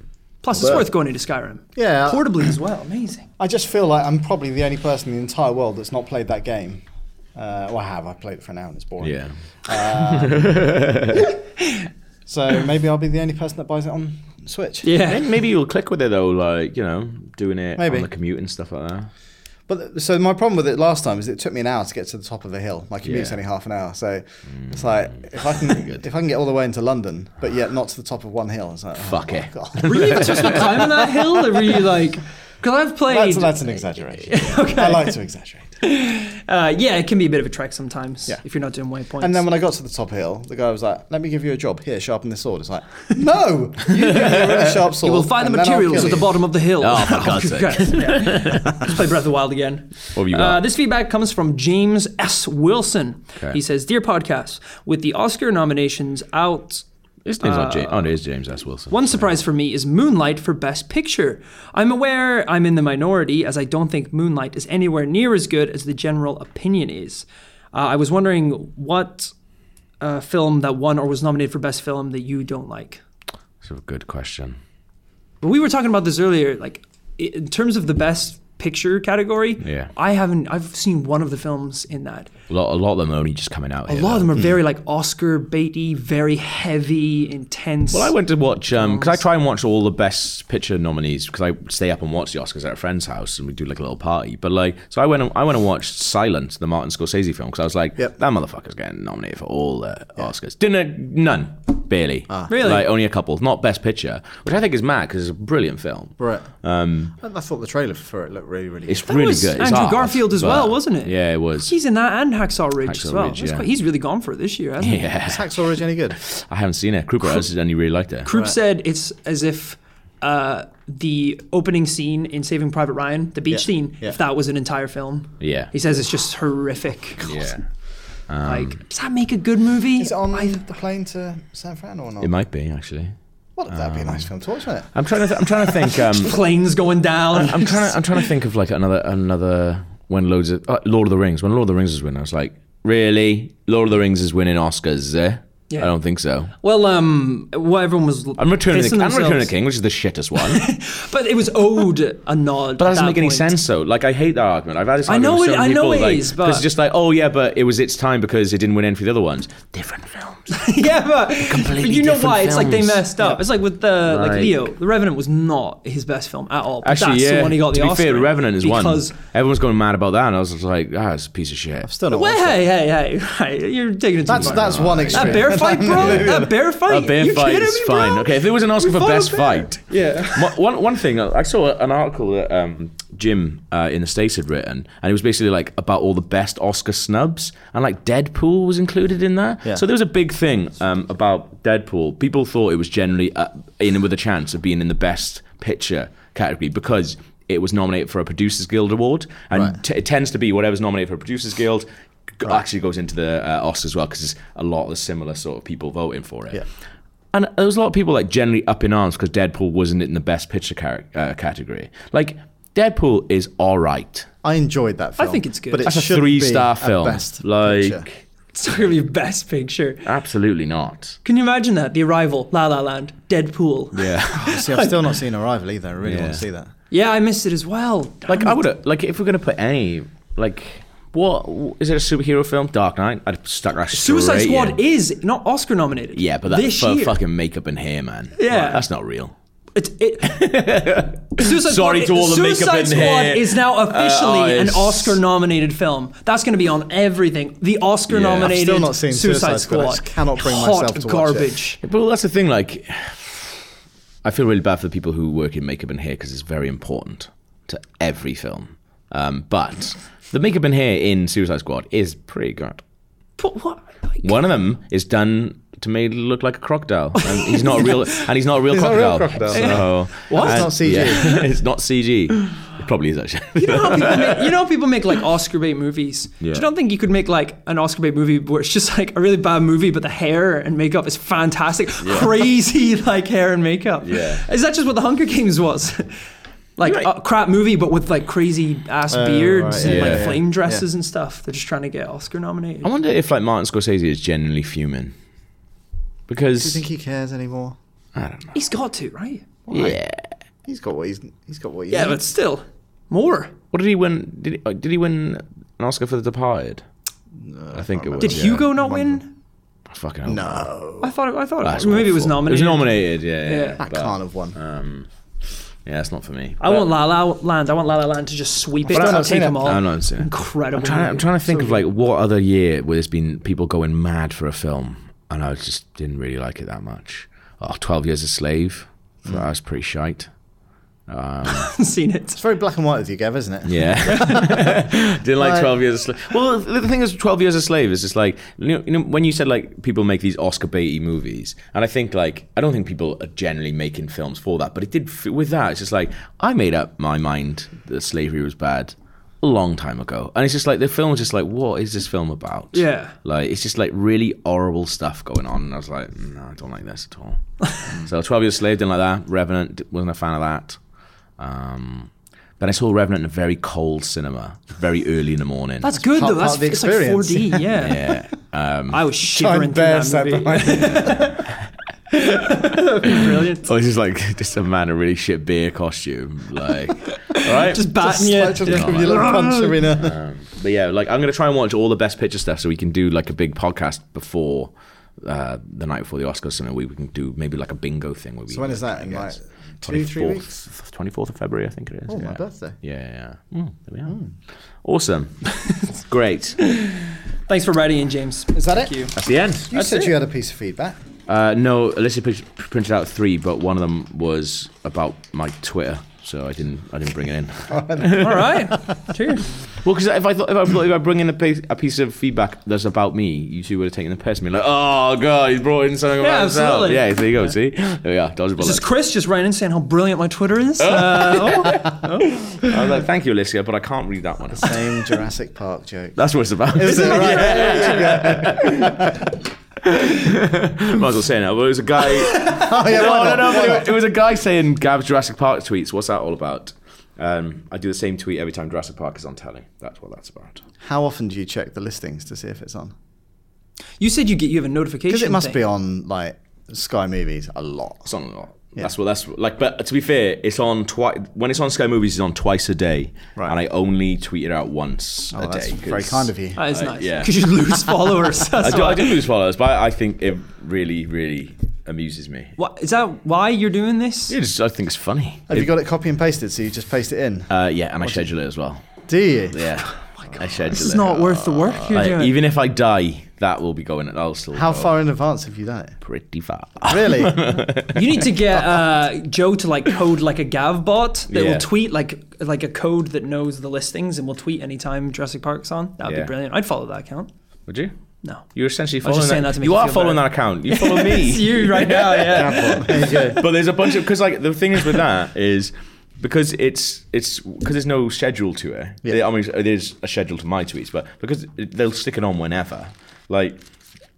Speaker 3: Plus, it's worth going into Skyrim.
Speaker 1: Yeah.
Speaker 3: portably as well. Amazing.
Speaker 1: I just feel like I'm probably the only person in the entire world that's not played that game. Uh, well, I have. I played it for an hour and it's boring.
Speaker 2: Yeah.
Speaker 1: So maybe I'll be the only person that buys it on Switch.
Speaker 3: Yeah.
Speaker 2: Then maybe you'll click with it though, like you know, doing it
Speaker 1: Maybe.
Speaker 2: on the commute and stuff like that.
Speaker 1: But th- so my problem with it last time is it took me an hour to get to the top of a hill. My commute's
Speaker 2: Yeah.
Speaker 1: only half an hour, so it's like if I can if I can get all the way into London, but yet not to the top of one hill, it's like oh
Speaker 2: Fuck
Speaker 1: my
Speaker 2: it.
Speaker 1: God.
Speaker 3: Were you even supposed to be climbing that hill, or were you like? Because I've played.
Speaker 1: That's, that's an exaggeration. I like to exaggerate.
Speaker 3: uh, yeah, it can be a bit of a trek sometimes
Speaker 1: Yeah.
Speaker 3: if you're not doing waypoints.
Speaker 1: And then when I got to the top hill, the guy was like, "Let me give you a job. Here, sharpen this sword." It's like, "No, you give me a really sharp sword.
Speaker 3: you will find the
Speaker 1: and then I'll
Speaker 3: materials
Speaker 1: kill
Speaker 3: at the
Speaker 1: you."
Speaker 3: bottom of the hill.
Speaker 2: Oh, for God's sake.
Speaker 3: Christ. Let's play Breath of the Wild again.
Speaker 2: What have you
Speaker 3: Uh,
Speaker 2: got?
Speaker 3: this feedback comes from James S. Wilson.
Speaker 2: Okay.
Speaker 3: He says, "Dear podcast, with the Oscar nominations out."
Speaker 2: His name's not James. Oh, it is James S. Wilson.
Speaker 3: One surprise for me is Moonlight for Best Picture. I'm aware I'm in the minority as I don't think Moonlight is anywhere near as good as the general opinion is. Uh, I was wondering what uh, film that won or was nominated for Best Film that you don't like.
Speaker 2: That's a good question.
Speaker 3: But we were talking about this earlier. Like i- in terms of the best picture category,
Speaker 2: Yeah.
Speaker 3: I haven't. I've seen one of the films in that.
Speaker 2: A lot, a lot of them are only just coming out.
Speaker 3: A lot of them are
Speaker 2: Hmm.
Speaker 3: very like Oscar baity, very heavy, intense.
Speaker 2: Well, I went to watch because I try and watch all the best picture nominees because I stay up and watch the Oscars at a friend's house and we do like a little party. But like, so I went and, I went and watched Silent, the Martin Scorsese film, because I was like,
Speaker 1: Yep.
Speaker 2: that motherfucker's getting nominated for all the Oscars. Didn't none barely,
Speaker 3: Really?
Speaker 2: like only a couple, not best picture, which I think is mad because it's a brilliant film.
Speaker 1: Right. I I thought the trailer for it looked
Speaker 5: really, really
Speaker 2: It's
Speaker 5: good.
Speaker 2: really
Speaker 3: was
Speaker 2: good. It's
Speaker 3: Andrew
Speaker 2: hard,
Speaker 3: Garfield as
Speaker 2: but-
Speaker 3: well, wasn't it?
Speaker 2: Yeah, it was.
Speaker 3: He's in that and Hacksaw Ridge as
Speaker 2: Hacksaw
Speaker 3: well.
Speaker 2: Ridge,
Speaker 3: That's
Speaker 2: yeah.
Speaker 3: quite- he's really gone for it this year, hasn't he?
Speaker 2: yeah,
Speaker 1: Is Hacksaw Ridge any good?
Speaker 2: I haven't seen it. Krupa has, and he really liked it.
Speaker 3: Krupp said it's as if uh, the opening scene in Saving Private Ryan, the beach
Speaker 1: Yeah,
Speaker 3: scene,
Speaker 1: yeah.
Speaker 3: if that was an entire film.
Speaker 2: Yeah.
Speaker 3: He says it's just horrific.
Speaker 2: yeah.
Speaker 3: like, does that make a good movie?
Speaker 1: Is it on the plane to San Fran or not?
Speaker 2: It might be actually.
Speaker 1: well, that'd be a nice film to watch, wouldn't it?
Speaker 2: I'm trying to. Th- I'm trying to think. Um,
Speaker 3: Planes going down.
Speaker 2: I'm trying to. I'm trying to think of like another another when loads of uh, Lord of the Rings. When Lord of the Rings was winning, I was like, really? Lord of the Rings is winning Oscars? Eh?
Speaker 3: Yeah.
Speaker 2: I don't think so.
Speaker 3: well, um, well, everyone was.
Speaker 2: I'm returning. The,
Speaker 3: pissing
Speaker 2: I'm returning the
Speaker 3: themselves.
Speaker 2: king, which is the shittest one. but
Speaker 3: But it was owed a nod.
Speaker 2: that
Speaker 3: at
Speaker 2: doesn't make any
Speaker 3: point.
Speaker 2: sense, though. Like I hate that argument. I've had this.
Speaker 3: I
Speaker 2: argument
Speaker 3: know
Speaker 2: with
Speaker 3: it-
Speaker 2: so
Speaker 3: I
Speaker 2: many
Speaker 3: know
Speaker 2: people,
Speaker 3: it
Speaker 2: like,
Speaker 3: is, but-
Speaker 2: it's just like, oh yeah, but it was its time because it didn't win any for the other ones. Different films.
Speaker 3: yeah, but
Speaker 2: Completely
Speaker 3: you know
Speaker 2: different
Speaker 3: why? It's like they
Speaker 2: films.
Speaker 3: messed up. It's like with the like,
Speaker 2: Like-
Speaker 3: Leo, The Revenant was not his best film at all. But
Speaker 2: Actually,
Speaker 3: that's
Speaker 2: yeah.
Speaker 3: the one he got the
Speaker 2: to be
Speaker 3: Oscar.
Speaker 2: fair,
Speaker 3: in
Speaker 2: Revenant is
Speaker 3: because
Speaker 2: one. Everyone's going mad about that, and I was just like, ah, it's a piece of shit.
Speaker 1: Still not.
Speaker 3: Well,
Speaker 1: watched it.
Speaker 3: hey, hey, hey, hey, you're taking it too
Speaker 1: That's
Speaker 3: far.
Speaker 1: that's one extreme.
Speaker 3: that bear fight, bro. that bear
Speaker 2: A
Speaker 3: fight.
Speaker 2: bear
Speaker 3: you
Speaker 2: fight
Speaker 3: kidding
Speaker 2: is
Speaker 3: me, bro?
Speaker 2: fine. Okay, if there was an Oscar
Speaker 3: We
Speaker 2: for
Speaker 3: fought a
Speaker 2: best
Speaker 3: bear.
Speaker 2: fight,
Speaker 3: Yeah.
Speaker 2: Mo- one one thing I saw an article that um, Jim uh, in the states had written, and it was basically like about all the best Oscar snubs, and like Deadpool was included in that.
Speaker 1: Yeah.
Speaker 2: So there was a big thing um, about Deadpool. People thought it was generally uh, in with a chance of being in the best picture category because it was nominated for a Producers Guild Award, and t- it tends to be whatever's nominated for a Producers Guild. g- Actually goes into the uh, Oscars as well because there's a lot of the similar sort of people voting for it.
Speaker 1: Yeah.
Speaker 2: And there was a lot of people like generally up in arms because Deadpool wasn't in the best picture car- uh, category. Like Deadpool is all right.
Speaker 1: I enjoyed that film.
Speaker 3: think it's good.
Speaker 1: But it
Speaker 2: That's a
Speaker 1: should be
Speaker 2: three-star
Speaker 1: a
Speaker 2: film.
Speaker 1: Best
Speaker 2: Like-
Speaker 1: picture.
Speaker 3: It's not gonna be best picture.
Speaker 2: Absolutely not.
Speaker 3: Can you imagine that? The Arrival, La La Land, Deadpool. Yeah,
Speaker 1: Oh, See, I've still not seen Arrival either. I really want to
Speaker 2: Yeah.
Speaker 1: see that.
Speaker 3: I missed it as well.
Speaker 2: Like I would uh, like if we're gonna put any like what is it a superhero film? Dark Knight. I'd stuck that
Speaker 3: Suicide
Speaker 2: straight
Speaker 3: Squad
Speaker 2: in.
Speaker 3: is not Oscar nominated.
Speaker 2: yeah, but that's
Speaker 3: this
Speaker 2: for
Speaker 3: year,
Speaker 2: fucking makeup and hair, man.
Speaker 3: Yeah.
Speaker 2: Like, that's not real.
Speaker 3: It, it, Suicide
Speaker 2: Sorry
Speaker 3: Squad,
Speaker 2: to all the makeup
Speaker 3: Suicide
Speaker 2: and
Speaker 3: Squad
Speaker 2: hair,
Speaker 3: is now officially
Speaker 2: uh,
Speaker 3: an
Speaker 2: artists.
Speaker 3: Oscar-nominated film. That's going to be on everything. The Oscar-nominated
Speaker 1: I've still not seen
Speaker 3: Suicide
Speaker 1: Suicide Squad. I just
Speaker 3: Squad.
Speaker 1: cannot bring
Speaker 3: Hot
Speaker 1: myself to watch it.
Speaker 3: garbage.
Speaker 2: But well, that's the thing. Like, I feel really bad for the people who work in makeup and hair because it's very important to every film. Um, but the makeup and hair in Suicide Squad is pretty good.
Speaker 3: But what? Like,
Speaker 2: One of them is done to make it look like a crocodile, and he's not a real. And he's not a real
Speaker 1: He's not a real
Speaker 2: crocodile. So,
Speaker 1: What? It's
Speaker 2: and-
Speaker 1: not CG.
Speaker 2: yeah, it's not CG. It probably is actually.
Speaker 3: You know how people make, you know how people make like Oscar bait movies. Do you
Speaker 2: Yeah.
Speaker 3: don't think you could make like an Oscar bait movie where it's just like a really bad movie, but the hair and makeup is fantastic, crazy like hair and makeup.
Speaker 2: Yeah.
Speaker 3: is that just what the Hunger Games was? like
Speaker 2: Right.
Speaker 3: a crap movie, but with like crazy ass beards
Speaker 1: right,
Speaker 3: and
Speaker 2: yeah,
Speaker 3: like
Speaker 2: Oh, yeah,
Speaker 3: flame dresses and stuff. They're just trying to get Oscar nominated.
Speaker 2: I wonder if like Martin Scorsese is genuinely fuming because
Speaker 1: Do you think he cares anymore?
Speaker 2: I don't know.
Speaker 3: He's got to right.
Speaker 2: Yeah.
Speaker 1: He's got what he's. He's got what he.
Speaker 3: Yeah,
Speaker 1: needs.
Speaker 3: but still more.
Speaker 2: What did he win? Did he, uh, did he win an Oscar for The Departed? I think it was.
Speaker 3: Did
Speaker 2: yeah.
Speaker 3: Hugo not win?
Speaker 2: I fucking hope not.
Speaker 1: no,
Speaker 3: I thought. It, I thought it
Speaker 2: That's
Speaker 3: was. maybe it was
Speaker 2: awful.
Speaker 3: nominated.
Speaker 2: It was nominated. Yeah, yeah.
Speaker 3: Yeah.
Speaker 2: yeah.
Speaker 1: that
Speaker 2: but,
Speaker 1: can't have won.
Speaker 2: Um, yeah, it's not for me.
Speaker 3: I want La La Land. I want La La Land to just sweep it
Speaker 1: But I've
Speaker 3: and
Speaker 1: not seen
Speaker 3: take
Speaker 1: it.
Speaker 3: them all.
Speaker 2: I'm not seeing. it.
Speaker 3: Incredible.
Speaker 2: I'm trying. I'm
Speaker 3: movie.
Speaker 2: trying to think of like what other year where there's been people going mad for a film, and I just didn't really like it that much. Oh, 12 Years a Slave. That
Speaker 3: Hmm.
Speaker 2: was pretty shite.
Speaker 3: seen it.
Speaker 1: it's very black and white with you, Gav, isn't it?
Speaker 2: Yeah. Didn't like
Speaker 1: Like-
Speaker 2: 12 Years a Slave. Well, the the thing is, 12 Years a Slave is just like, you know, you know, when you said like people make these Oscar baity movies, and I think like, I don't think people are generally making films for that, but it did, f- with that, it's just like, I made up my mind that slavery was bad a long time ago. And it's just like, the film is just like, what is this film about?
Speaker 3: Yeah.
Speaker 2: Like, it's just like really horrible stuff going on. And I was like, no, I don't like this at all. so 12 Years a Slave, didn't like that. Revenant, d- wasn't a fan of that. Um, then I saw Revenant in a very cold cinema, very early in the morning.
Speaker 3: That's good
Speaker 1: part-
Speaker 3: though. That's
Speaker 1: part of the
Speaker 3: it's like 4D. Yeah.
Speaker 2: yeah. Um,
Speaker 3: I was
Speaker 1: Giant
Speaker 3: shivering through
Speaker 1: bear
Speaker 3: that
Speaker 1: sat
Speaker 3: movie.
Speaker 1: behind him.
Speaker 3: Brilliant.
Speaker 2: or it's just Oh, like just a man in a really shit beer costume, like all right.
Speaker 3: Just batting
Speaker 1: Like,
Speaker 3: it.
Speaker 1: just give you a little punch him in a-
Speaker 2: um, but yeah, like I'm gonna try and watch all the best picture stuff so we can do like a big podcast before uh, the night before the Oscars, something we, we can do maybe like a bingo thing. Where we
Speaker 1: So when is that? In like two, three weeks?
Speaker 2: Twenty fourth of February, I think it is.
Speaker 1: Oh,
Speaker 2: yeah.
Speaker 1: my birthday.
Speaker 2: Yeah, yeah. Mm, there we are. Awesome. Great.
Speaker 3: Thanks for writing in, James.
Speaker 1: Is that
Speaker 3: Thank
Speaker 1: it?
Speaker 3: you.
Speaker 2: That's the end.
Speaker 1: You said you had a piece of feedback.
Speaker 2: Uh, no, Alyssa p- printed out three, but one of them was about my Twitter. so I didn't. I didn't bring it in.
Speaker 3: All right. Cheers.
Speaker 2: well, because if I thought if I, thought, if I bring in a piece, a piece of feedback that's about me, you two would have taken the piss. Me like, oh god, he's brought in something about
Speaker 3: Yeah,
Speaker 2: himself.
Speaker 3: absolutely.
Speaker 2: Yeah, there you go. See, there we are. Dodge a bullet.
Speaker 3: This is Chris just ran in saying how brilliant my Twitter is. Uh, oh.
Speaker 2: I was like, thank you, Alicia, but I can't read that one.
Speaker 1: Same Jurassic Park joke.
Speaker 2: That's what it's about.
Speaker 1: Is it right?
Speaker 2: Might as well say it now. But it was a guy.
Speaker 1: Oh, yeah, why
Speaker 2: no,
Speaker 1: not?
Speaker 2: no, no. but It was a guy saying Gab's Jurassic Park tweets. What's that all about? Um, I do the same tweet every time Jurassic Park is on telly. That's what that's about.
Speaker 1: How often do you check the listings to see if it's on?
Speaker 3: you said you get you have a notification.
Speaker 1: Because it must
Speaker 3: thing.
Speaker 1: be on like Sky Movies a lot.
Speaker 2: It's on a lot. That's what that's like. But to be fair, it's on twice. When it's on Sky Movies, it's on twice a day,
Speaker 1: Right.
Speaker 2: and I only tweet it out once
Speaker 1: Oh,
Speaker 2: a
Speaker 1: that's
Speaker 2: day. 'cause-
Speaker 1: very kind of you.
Speaker 3: That is
Speaker 2: Uh,
Speaker 3: Oh, nice.
Speaker 2: yeah.
Speaker 3: Because you lose followers. That's
Speaker 2: I do,
Speaker 3: why.
Speaker 2: I do lose followers, but I think it really, really amuses me.
Speaker 3: Why, is that why you're doing this?
Speaker 2: It's, I think it's funny.
Speaker 1: Have you got it copy and pasted so you just paste it Oh in?
Speaker 2: Uh, yeah, and I schedule it as well.
Speaker 1: Do you?
Speaker 2: Yeah, I schedule
Speaker 3: This is
Speaker 2: it.
Speaker 3: not worth the work you're
Speaker 2: Like,
Speaker 3: doing.
Speaker 2: even if I die, that will be going. I'll still
Speaker 1: How
Speaker 2: go
Speaker 1: far in advance have you done it?
Speaker 2: Pretty far.
Speaker 1: Really?
Speaker 3: you need to get uh, Joe to like code like a Gav bot that
Speaker 2: Yeah.
Speaker 3: will tweet like like a code that knows the listings and will tweet anytime Jurassic Park's on. That'd
Speaker 2: Yeah.
Speaker 3: be brilliant. I'd follow that account.
Speaker 2: Would you?
Speaker 3: No.
Speaker 2: You're essentially
Speaker 3: was
Speaker 2: following
Speaker 3: just saying that to make
Speaker 2: you
Speaker 3: you
Speaker 2: are
Speaker 3: feel
Speaker 2: following
Speaker 3: better.
Speaker 2: that account. You follow
Speaker 3: It's
Speaker 2: me.
Speaker 3: you right now, yeah.
Speaker 2: but there's a bunch of because like the thing is with that is because it's it's because there's no schedule to it. I mean, there's a schedule to my tweets, but because it, they'll stick it on whenever. Like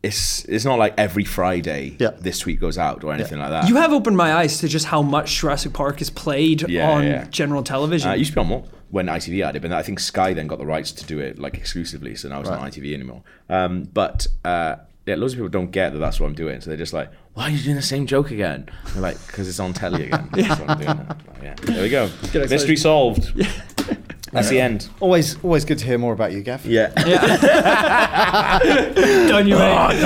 Speaker 2: it's it's not like every Friday
Speaker 1: Yeah.
Speaker 2: this tweet goes out or anything like that.
Speaker 3: You have opened my eyes to just how much Jurassic Park is played
Speaker 2: Yeah,
Speaker 3: on
Speaker 2: yeah.
Speaker 3: general television.
Speaker 2: Uh, it used to be on more when ITV had it, but I think Sky then got the rights to do it like exclusively, so now it's not ITV anymore. Um, but uh, yeah, loads of people don't get that that's what I'm doing, so they're just like, "Why are you doing the same joke again?" They're like, "Because it's on telly again." That's what I'm doing. now." Like, yeah. There we go. Mystery solved. That's the end.
Speaker 1: always, always good to hear more about you, Gav.
Speaker 2: Yeah.
Speaker 3: Done
Speaker 2: Oh,
Speaker 3: you, mate.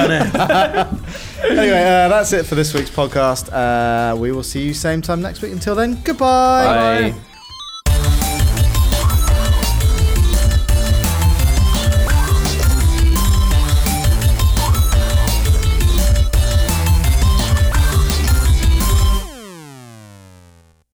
Speaker 1: Anyway, uh, that's it for this week's podcast. Uh, we will see you same time next week. Until then, goodbye.
Speaker 2: Bye.